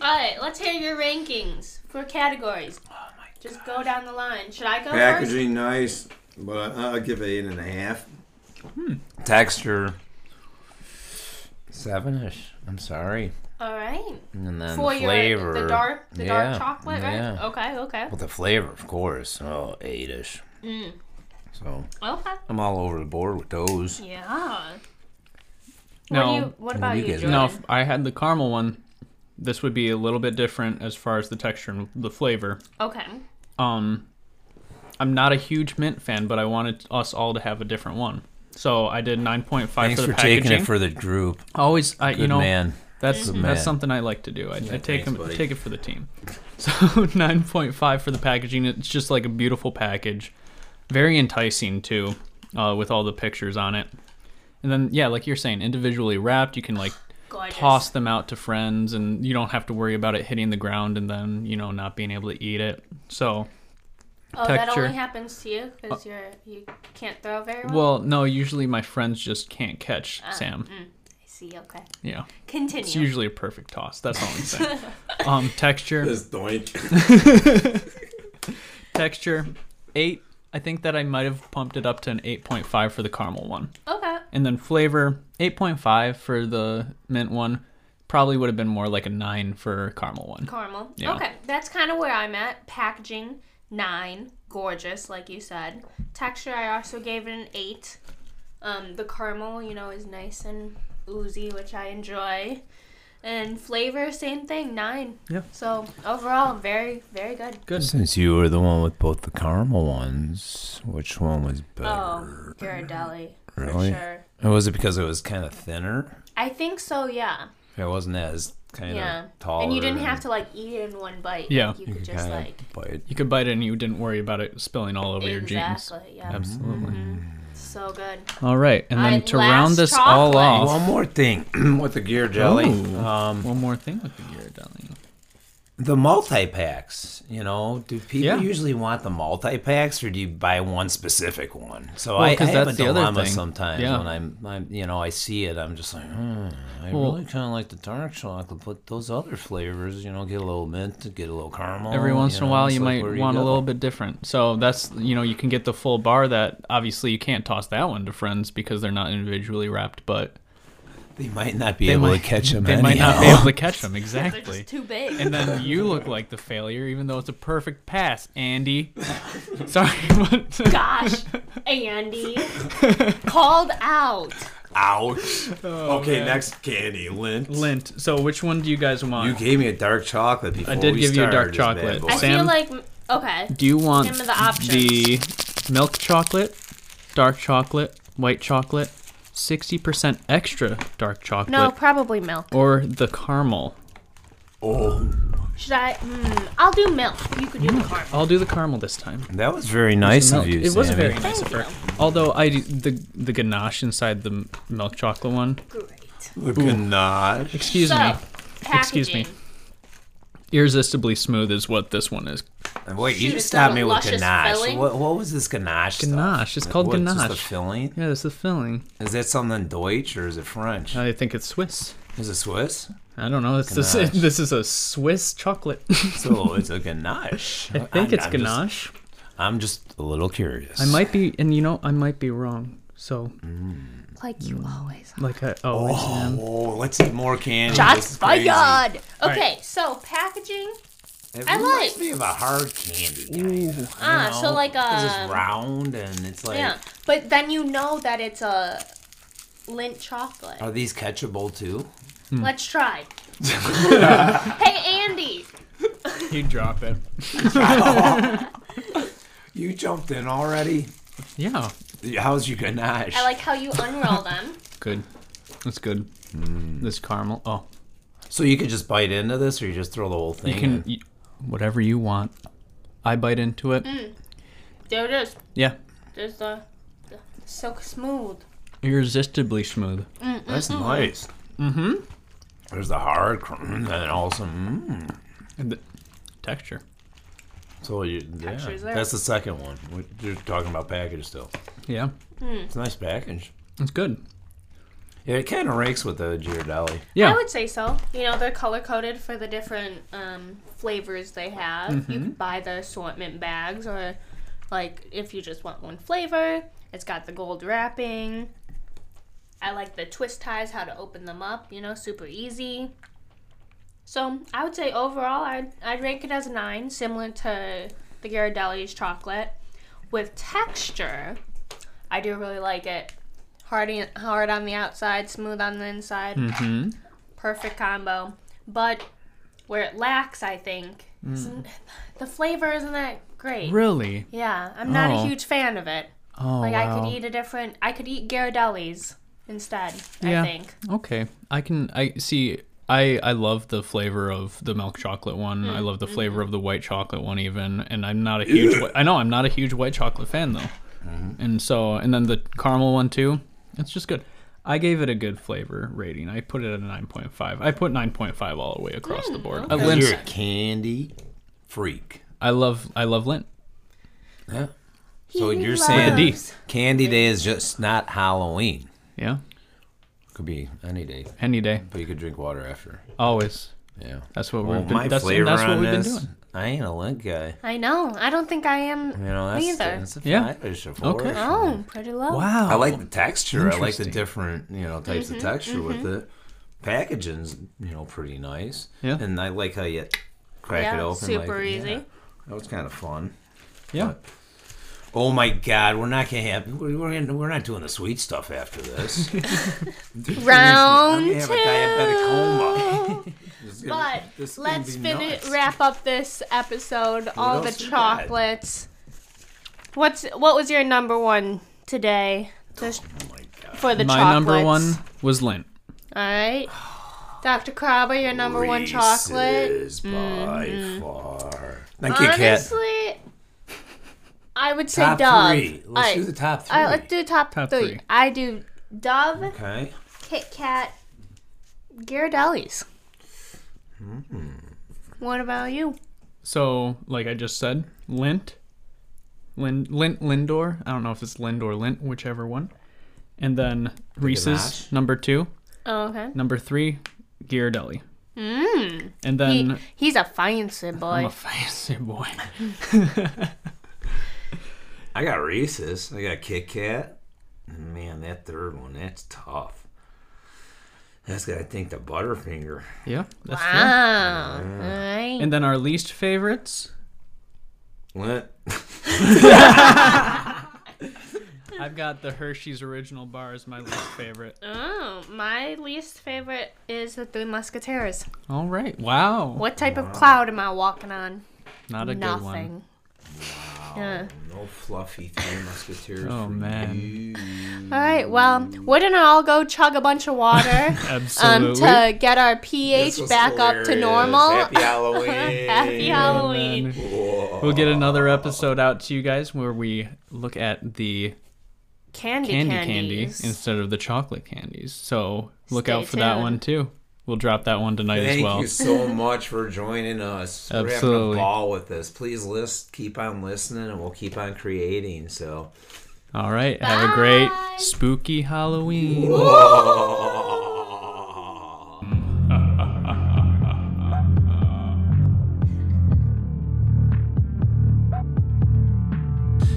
S3: All right, let's hear your rankings for categories.
S1: Oh
S3: Just go down the line. Should I go first?
S2: Packaging nice, but I- I'll give it eight and a half.
S1: Hmm.
S2: Texture. Seven ish. I'm sorry.
S3: All right.
S2: And then
S3: For
S2: the
S3: your
S2: flavor.
S3: the dark the dark
S2: Yeah,
S3: chocolate, right?
S2: Yeah.
S3: Okay, okay,
S2: Well, the flavor, of course. Oh, eight ish.
S3: Mm.
S2: So
S3: okay.
S2: I'm all over the board with those.
S3: Yeah.
S1: No.
S3: What, do you, what about
S2: you
S3: you,
S2: guys-
S3: Jordan?
S1: No, if I had the caramel one. This would be a little bit different as far as the texture and the flavor.
S3: Okay.
S1: um I'm not a huge mint fan, but I wanted us all to have a different one. So I did 9.5
S2: Thanks
S1: for
S2: for,
S1: the
S2: taking
S1: packaging.
S2: it for the group.
S1: I always I
S2: Good
S1: you know
S2: man.
S1: that's
S2: Good man.
S1: that's something I like to do. I, I take
S2: thanks,
S1: 'em-
S2: buddy.
S1: take it for the team. So 9.5 for the packaging. It's just like a beautiful package. Very enticing too uh, with all the pictures on it. And then yeah, like you're saying, individually wrapped, you can like
S3: Gorgeous.
S1: toss them out to friends and you don't have to worry about it hitting the ground and then, you know, not being able to eat it. So
S3: oh, that
S1: texture. Uh,
S3: only happens to you because you're you can't throw very well.
S1: Well, no, usually my friends just can't catch Sam.
S3: I see. Okay.
S1: Yeah.
S3: Continue.
S1: It's usually a perfect toss. That's all I'm saying. um, texture,
S2: doink.
S1: texture, eight. I think that I might have pumped it up to an 8.5 for the caramel one.
S3: okay.
S1: And then flavor, 8.5 for the mint one. Probably would have been more like a nine for caramel one.
S3: Caramel.
S1: Yeah.
S3: Okay, that's kind of where I'm at. Packaging nine, gorgeous, like you said. Texture, I also gave it an eight. Um, the caramel, you know, is nice and oozy, which I enjoy. And flavor, same thing, nine.
S1: Yeah.
S3: So overall, very, very good.
S1: Good.
S2: Since you were the one with both the caramel ones, which one was better?
S3: Oh, Ghirardelli,
S2: Really?
S3: for sure.
S2: Or Was it because it was kind of thinner?
S3: I think so, yeah,
S2: It wasn't as kind
S3: yeah.
S2: of taller.
S3: and you didn't have to like eat it in one bite.
S1: Yeah.
S3: like, you could just like
S2: bite.
S1: You could bite it and you didn't worry about it spilling all over your jeans.
S3: exactly, yeah,
S1: Absolutely.
S2: Mm-hmm.
S3: so good.
S1: All right. And
S3: All
S1: then
S3: right,
S1: to round
S3: last
S1: this all
S3: chocolate.
S1: off,
S2: One more thing with the gear jelly.
S1: Ooh.
S2: Um,
S1: one more thing with the Ghirardelli.
S2: The multi packs, you know, do people
S1: Yeah.
S2: usually want the multi packs, or do you buy one specific one? So
S1: Well,
S2: I, I
S1: 'cause
S2: have a
S1: that's the other
S2: dilemma
S1: thing.
S2: sometimes
S1: Yeah.
S2: when I'm, I'm, you know, I see it, I'm just like, hmm, I
S1: Well-
S2: really kind of like the dark chocolate, but those other flavors, you know, get a little mint, get a little caramel.
S1: Every once in a
S2: know,
S1: while,
S2: Oh, it's
S1: you
S2: like,
S1: might
S2: where do
S1: want a
S2: go?
S1: little bit different. So that's you know you can get the full bar. That obviously you can't toss that one to friends because they're not individually wrapped, but
S2: They might not be able
S1: might-
S2: to catch them.
S1: they might not be able to catch them
S3: They're
S1: exactly.
S3: just too big.
S1: And then you look like the failure, even though it's a perfect pass, Andy. Sorry, but
S3: Gosh, Andy called out.
S4: Ouch. okay, next candy, lint.
S1: Oh, lint. So which one do you guys want?
S2: You gave me a dark chocolate before
S1: I did
S2: we
S1: give you a dark
S2: started this bad
S1: chocolate.
S2: boy.
S3: I feel
S1: Sam?
S3: like okay.
S1: do you want
S3: Give me the options.
S1: the milk chocolate, dark chocolate, white chocolate, sixty percent extra dark chocolate,
S3: No, probably milk.
S1: or the caramel?
S4: Oh,
S3: Should I? Mm, I'll do milk. You could do
S1: Mm.
S3: the caramel.
S1: I'll do the caramel this time.
S2: That was very nice
S1: milk.
S2: of you.
S1: it was
S2: Sammy.
S1: very nice of
S3: Thank
S1: her.
S3: you.
S1: Although I do- the the ganache inside the m- milk chocolate one.
S3: Great.
S4: look at
S1: Excuse
S3: so,
S1: me.
S3: packaging.
S1: Excuse me. Irresistibly smooth is what this one is.
S2: Wait, you
S3: Shoot,
S2: just
S3: it's
S2: stopped
S3: got a
S2: me with
S3: luscious
S2: ganache.
S3: filling.
S2: What, what was this ganache? stuff?
S1: Ganache, it's called
S2: what, just the
S1: ganache.
S2: filling?
S1: Yeah, that's the filling.
S2: Is that something Deutsch or is it French?
S1: I think it's Swiss.
S2: Is it Swiss?
S1: I don't know. It's this,
S2: Ganache.
S1: this is a Swiss chocolate.
S2: So it's a ganache.
S1: I think it's
S2: I'm Just,
S1: ganache.
S2: I'm just a little curious.
S1: I might be, and you know, I might be wrong. So,
S3: Like you always.
S1: like I always am.
S2: Oh, let's eat more candy. This
S3: Shots
S2: is crazy.
S3: fired.
S1: right.
S3: Okay, so packaging.
S2: It
S3: I
S2: reminds
S3: like-
S2: me of a hard candy. Guy, you
S3: Ah, so
S2: know,
S3: like
S2: 'cause
S3: a-
S2: it's round and it's like.
S3: Yeah, but then you know that it's a lint chocolate.
S2: Are these catchable too?
S1: Mm.
S3: Let's try. hey Andy,
S1: You drop it.
S2: You jumped in already.
S1: Yeah.
S2: How's your ganache?
S3: I like how you unroll them.
S1: Good. That's good.
S2: Mm.
S1: This caramel. Oh,
S2: so you could just bite into this, or you just throw the whole thing.
S1: you can
S2: in?
S1: y whatever you want. I bite into it.
S3: Mm. There it is.
S1: Yeah.
S3: There's the, the so smooth.
S1: Irresistibly smooth.
S2: That's nice. Mm-hmm. There's the hard, cr- and then also, mm.
S1: And the texture.
S2: so you, yeah.
S3: Texture's there.
S2: That's the second one. We- You're talking about package still.
S1: Yeah.
S2: It's a nice package.
S1: It's good.
S2: Yeah, it kind of rakes with the Girardelli.
S1: Yeah.
S3: I would say so. You know, they're color coded for the different um, flavors they have. You can buy the assortment bags, or like if you just want one flavor, it's got the gold wrapping. I like the twist ties, how to open them up, you know, super easy. So I would say overall, I'd, I'd rank it as a nine, similar to the Ghirardelli's chocolate. With texture, I do really like it. Hardy, hard on the outside, smooth on the inside
S1: hmm
S3: perfect combo. But where it lacks, I think, isn't- the flavor isn't that great.
S1: Mm. Really?
S3: Yeah, I'm not
S1: Oh.
S3: a huge fan of it.
S1: Oh,
S3: Like I
S1: wow.
S3: could eat a different. I could eat Ghirardelli's instead.
S1: Yeah.
S3: I think.
S1: Okay, I can. I see. I I love the flavor of the milk chocolate one. I love the flavor of the white chocolate one, even. And I'm not a huge. whi- I know I'm not a huge white chocolate fan though.
S2: Mm-hmm.
S1: And so, and then the caramel one too. It's just good. I gave it a good flavor rating. I put it at a 9.5. I put 9.5 all the way across the board. I,
S2: 'Cause
S1: lint,
S2: You're a candy freak.
S1: I love I love lint.
S2: Yeah. So
S3: He
S2: you're
S1: Candy.
S2: saying
S3: loves-
S2: candy day is just not Halloween.
S1: Yeah.
S2: Could be any day,
S1: Any day.
S2: but you could drink water after.
S1: Always.
S2: Yeah.
S1: That's what
S2: Well,
S1: we've been
S2: my
S1: that's,
S2: flavor
S1: that's what
S2: on
S1: we've been
S2: this,
S1: doing.
S2: I ain't a lint guy.
S3: I know. I don't think I am
S2: You know, that's,
S3: either.
S2: that's a
S1: Yeah.
S2: five-ish, a
S1: Okay.
S2: four-ish.
S3: oh, pretty low.
S1: Wow.
S2: I like the texture. I like the
S1: Oh, Interesting.
S2: different, you know, types
S3: Mm-hmm,
S2: of texture with it. Packaging's, you know, pretty nice.
S1: Yeah.
S2: And I like how you crack it
S3: Yeah,
S2: open.
S3: super
S2: like,
S3: easy.
S2: yeah. that was kind of fun.
S1: Yeah.
S2: Oh my God, we're not gonna have we're we're, in, we're not doing the sweet stuff after this.
S3: Round
S2: I'm gonna have a diabetic coma. This is gonna-
S3: But
S2: this is gonna
S3: let's
S2: be
S3: finish
S2: nuts.
S3: wrap up this episode. all the
S2: else we got?
S3: chocolates. What's what was your number one today?
S2: Oh
S3: Just for the
S1: My
S3: chocolates.
S1: number one was lint.
S3: All right. Dr. Crabber, your number one chocolate.
S2: Reese's by far. Thank you, Kat.
S3: Honestly, I would say
S2: Top
S3: Dove.
S2: three. Let's
S3: Alright.
S2: do the top three.
S3: Alright, let's do top,
S1: Top
S3: three.
S1: three.
S3: I do Dove,
S2: okay. Hmm.
S3: Kit Kat, Ghirardelli's. What about you?
S1: So, like I just said, Lint, Lind, Lint, Lindor. I don't know if it's Lind or Lint, whichever one. And then Reese's
S4: Ash.
S1: number two,
S3: Oh, okay.
S1: number three, Ghirardelli. Mm. And then
S3: He, he's a fancy
S1: I'm
S3: boy.
S1: a fancy boy.
S2: I got Reese's. I got Kit Kat. Man, that third one, that's tough. That's got to think the Butterfinger.
S1: Yeah, that's fair.
S3: Ah, alright.
S1: And then our least favorites.
S2: What?
S1: I've got the Hershey's original bar as my least favorite.
S3: Oh, my least favorite is the Three Musketeers.
S1: All right. Wow.
S3: What type of cloud am I walking on?
S1: Not a good one.
S3: Nothing. Yeah.
S2: No fluffy Three Musketeers.
S1: Oh
S2: for
S1: man.
S2: you.
S3: All right. Well, wouldn't it all go chug a bunch of water um,
S1: Absolutely.
S3: to get our
S2: This
S3: pH
S2: was
S3: back up to
S2: hilarious.
S3: normal?
S2: Happy Halloween.
S3: Happy Halloween.
S1: And We'll get another episode out to you guys where we look at the
S3: Candy,
S1: candy candy
S3: candies.
S1: instead of the chocolate candies. So look
S3: Stay
S1: out for that
S3: tuned.
S1: one too. We'll drop that one tonight
S2: Thank
S1: as well.
S2: you so much for joining us. We're having
S1: Absolutely.
S2: a ball with this. Please list, keep on listening, and we'll keep on creating. So,
S1: All right. Have a great
S3: Bye.
S1: spooky Halloween.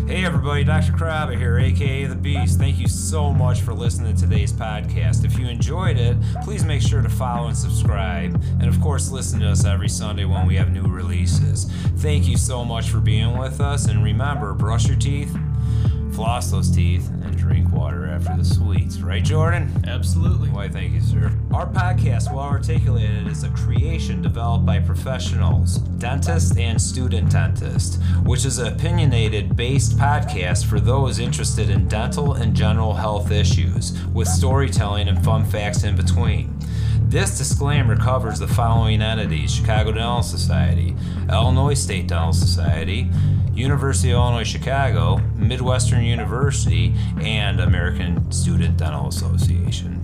S2: hey everybody, Dr. Krabba here, aka The Beast. Thank you so much for listening to today's podcast. If you enjoyed it, please make sure to follow and subscribe. And of course, listen to us every Sunday when we have new releases. Thank you so much for being with us. And remember, brush your teeth, floss those teeth, and drink water after the sweets. Right, Jordan?
S1: Absolutely.
S2: Why, thank you, sir. Our podcast, Well Articulated, is a creation developed by professionals, dentists, and student dentists, which is an opinionated based podcast for those interested in dental and general health issues, with storytelling and fun facts in between. This disclaimer covers the following entities Chicago Dental Society, Illinois State Dental Society, University of Illinois Chicago, Midwestern University, and American Student Dental Association.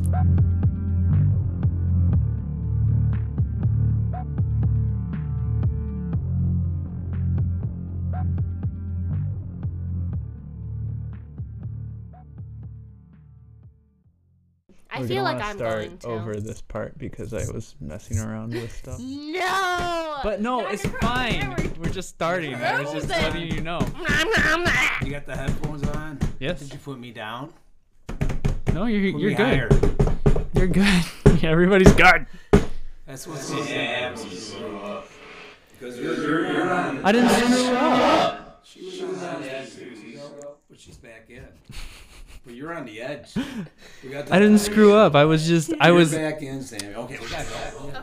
S3: I feel like I'm
S6: start
S3: going to.
S6: over this part because I was messing around with stuff.
S3: No.
S1: But no,
S3: Dr.
S1: it's
S3: Crocker,
S1: fine.
S3: there
S1: We're just starting. I was just
S3: Frozen.
S1: letting you know.
S4: You got the headphones on?
S1: Yes.
S4: Did you put me down?
S1: No, you're
S4: Put
S1: you're
S4: me
S1: good.
S4: higher.
S1: You're good. Yeah, everybody's good.
S4: That's what's supposed to happen.
S1: I didn't screw up.
S4: But she's back in. But you're on the edge. We got the
S1: I didn't screw up. I was just I was
S4: back in, Sammy. Okay, we gotta go.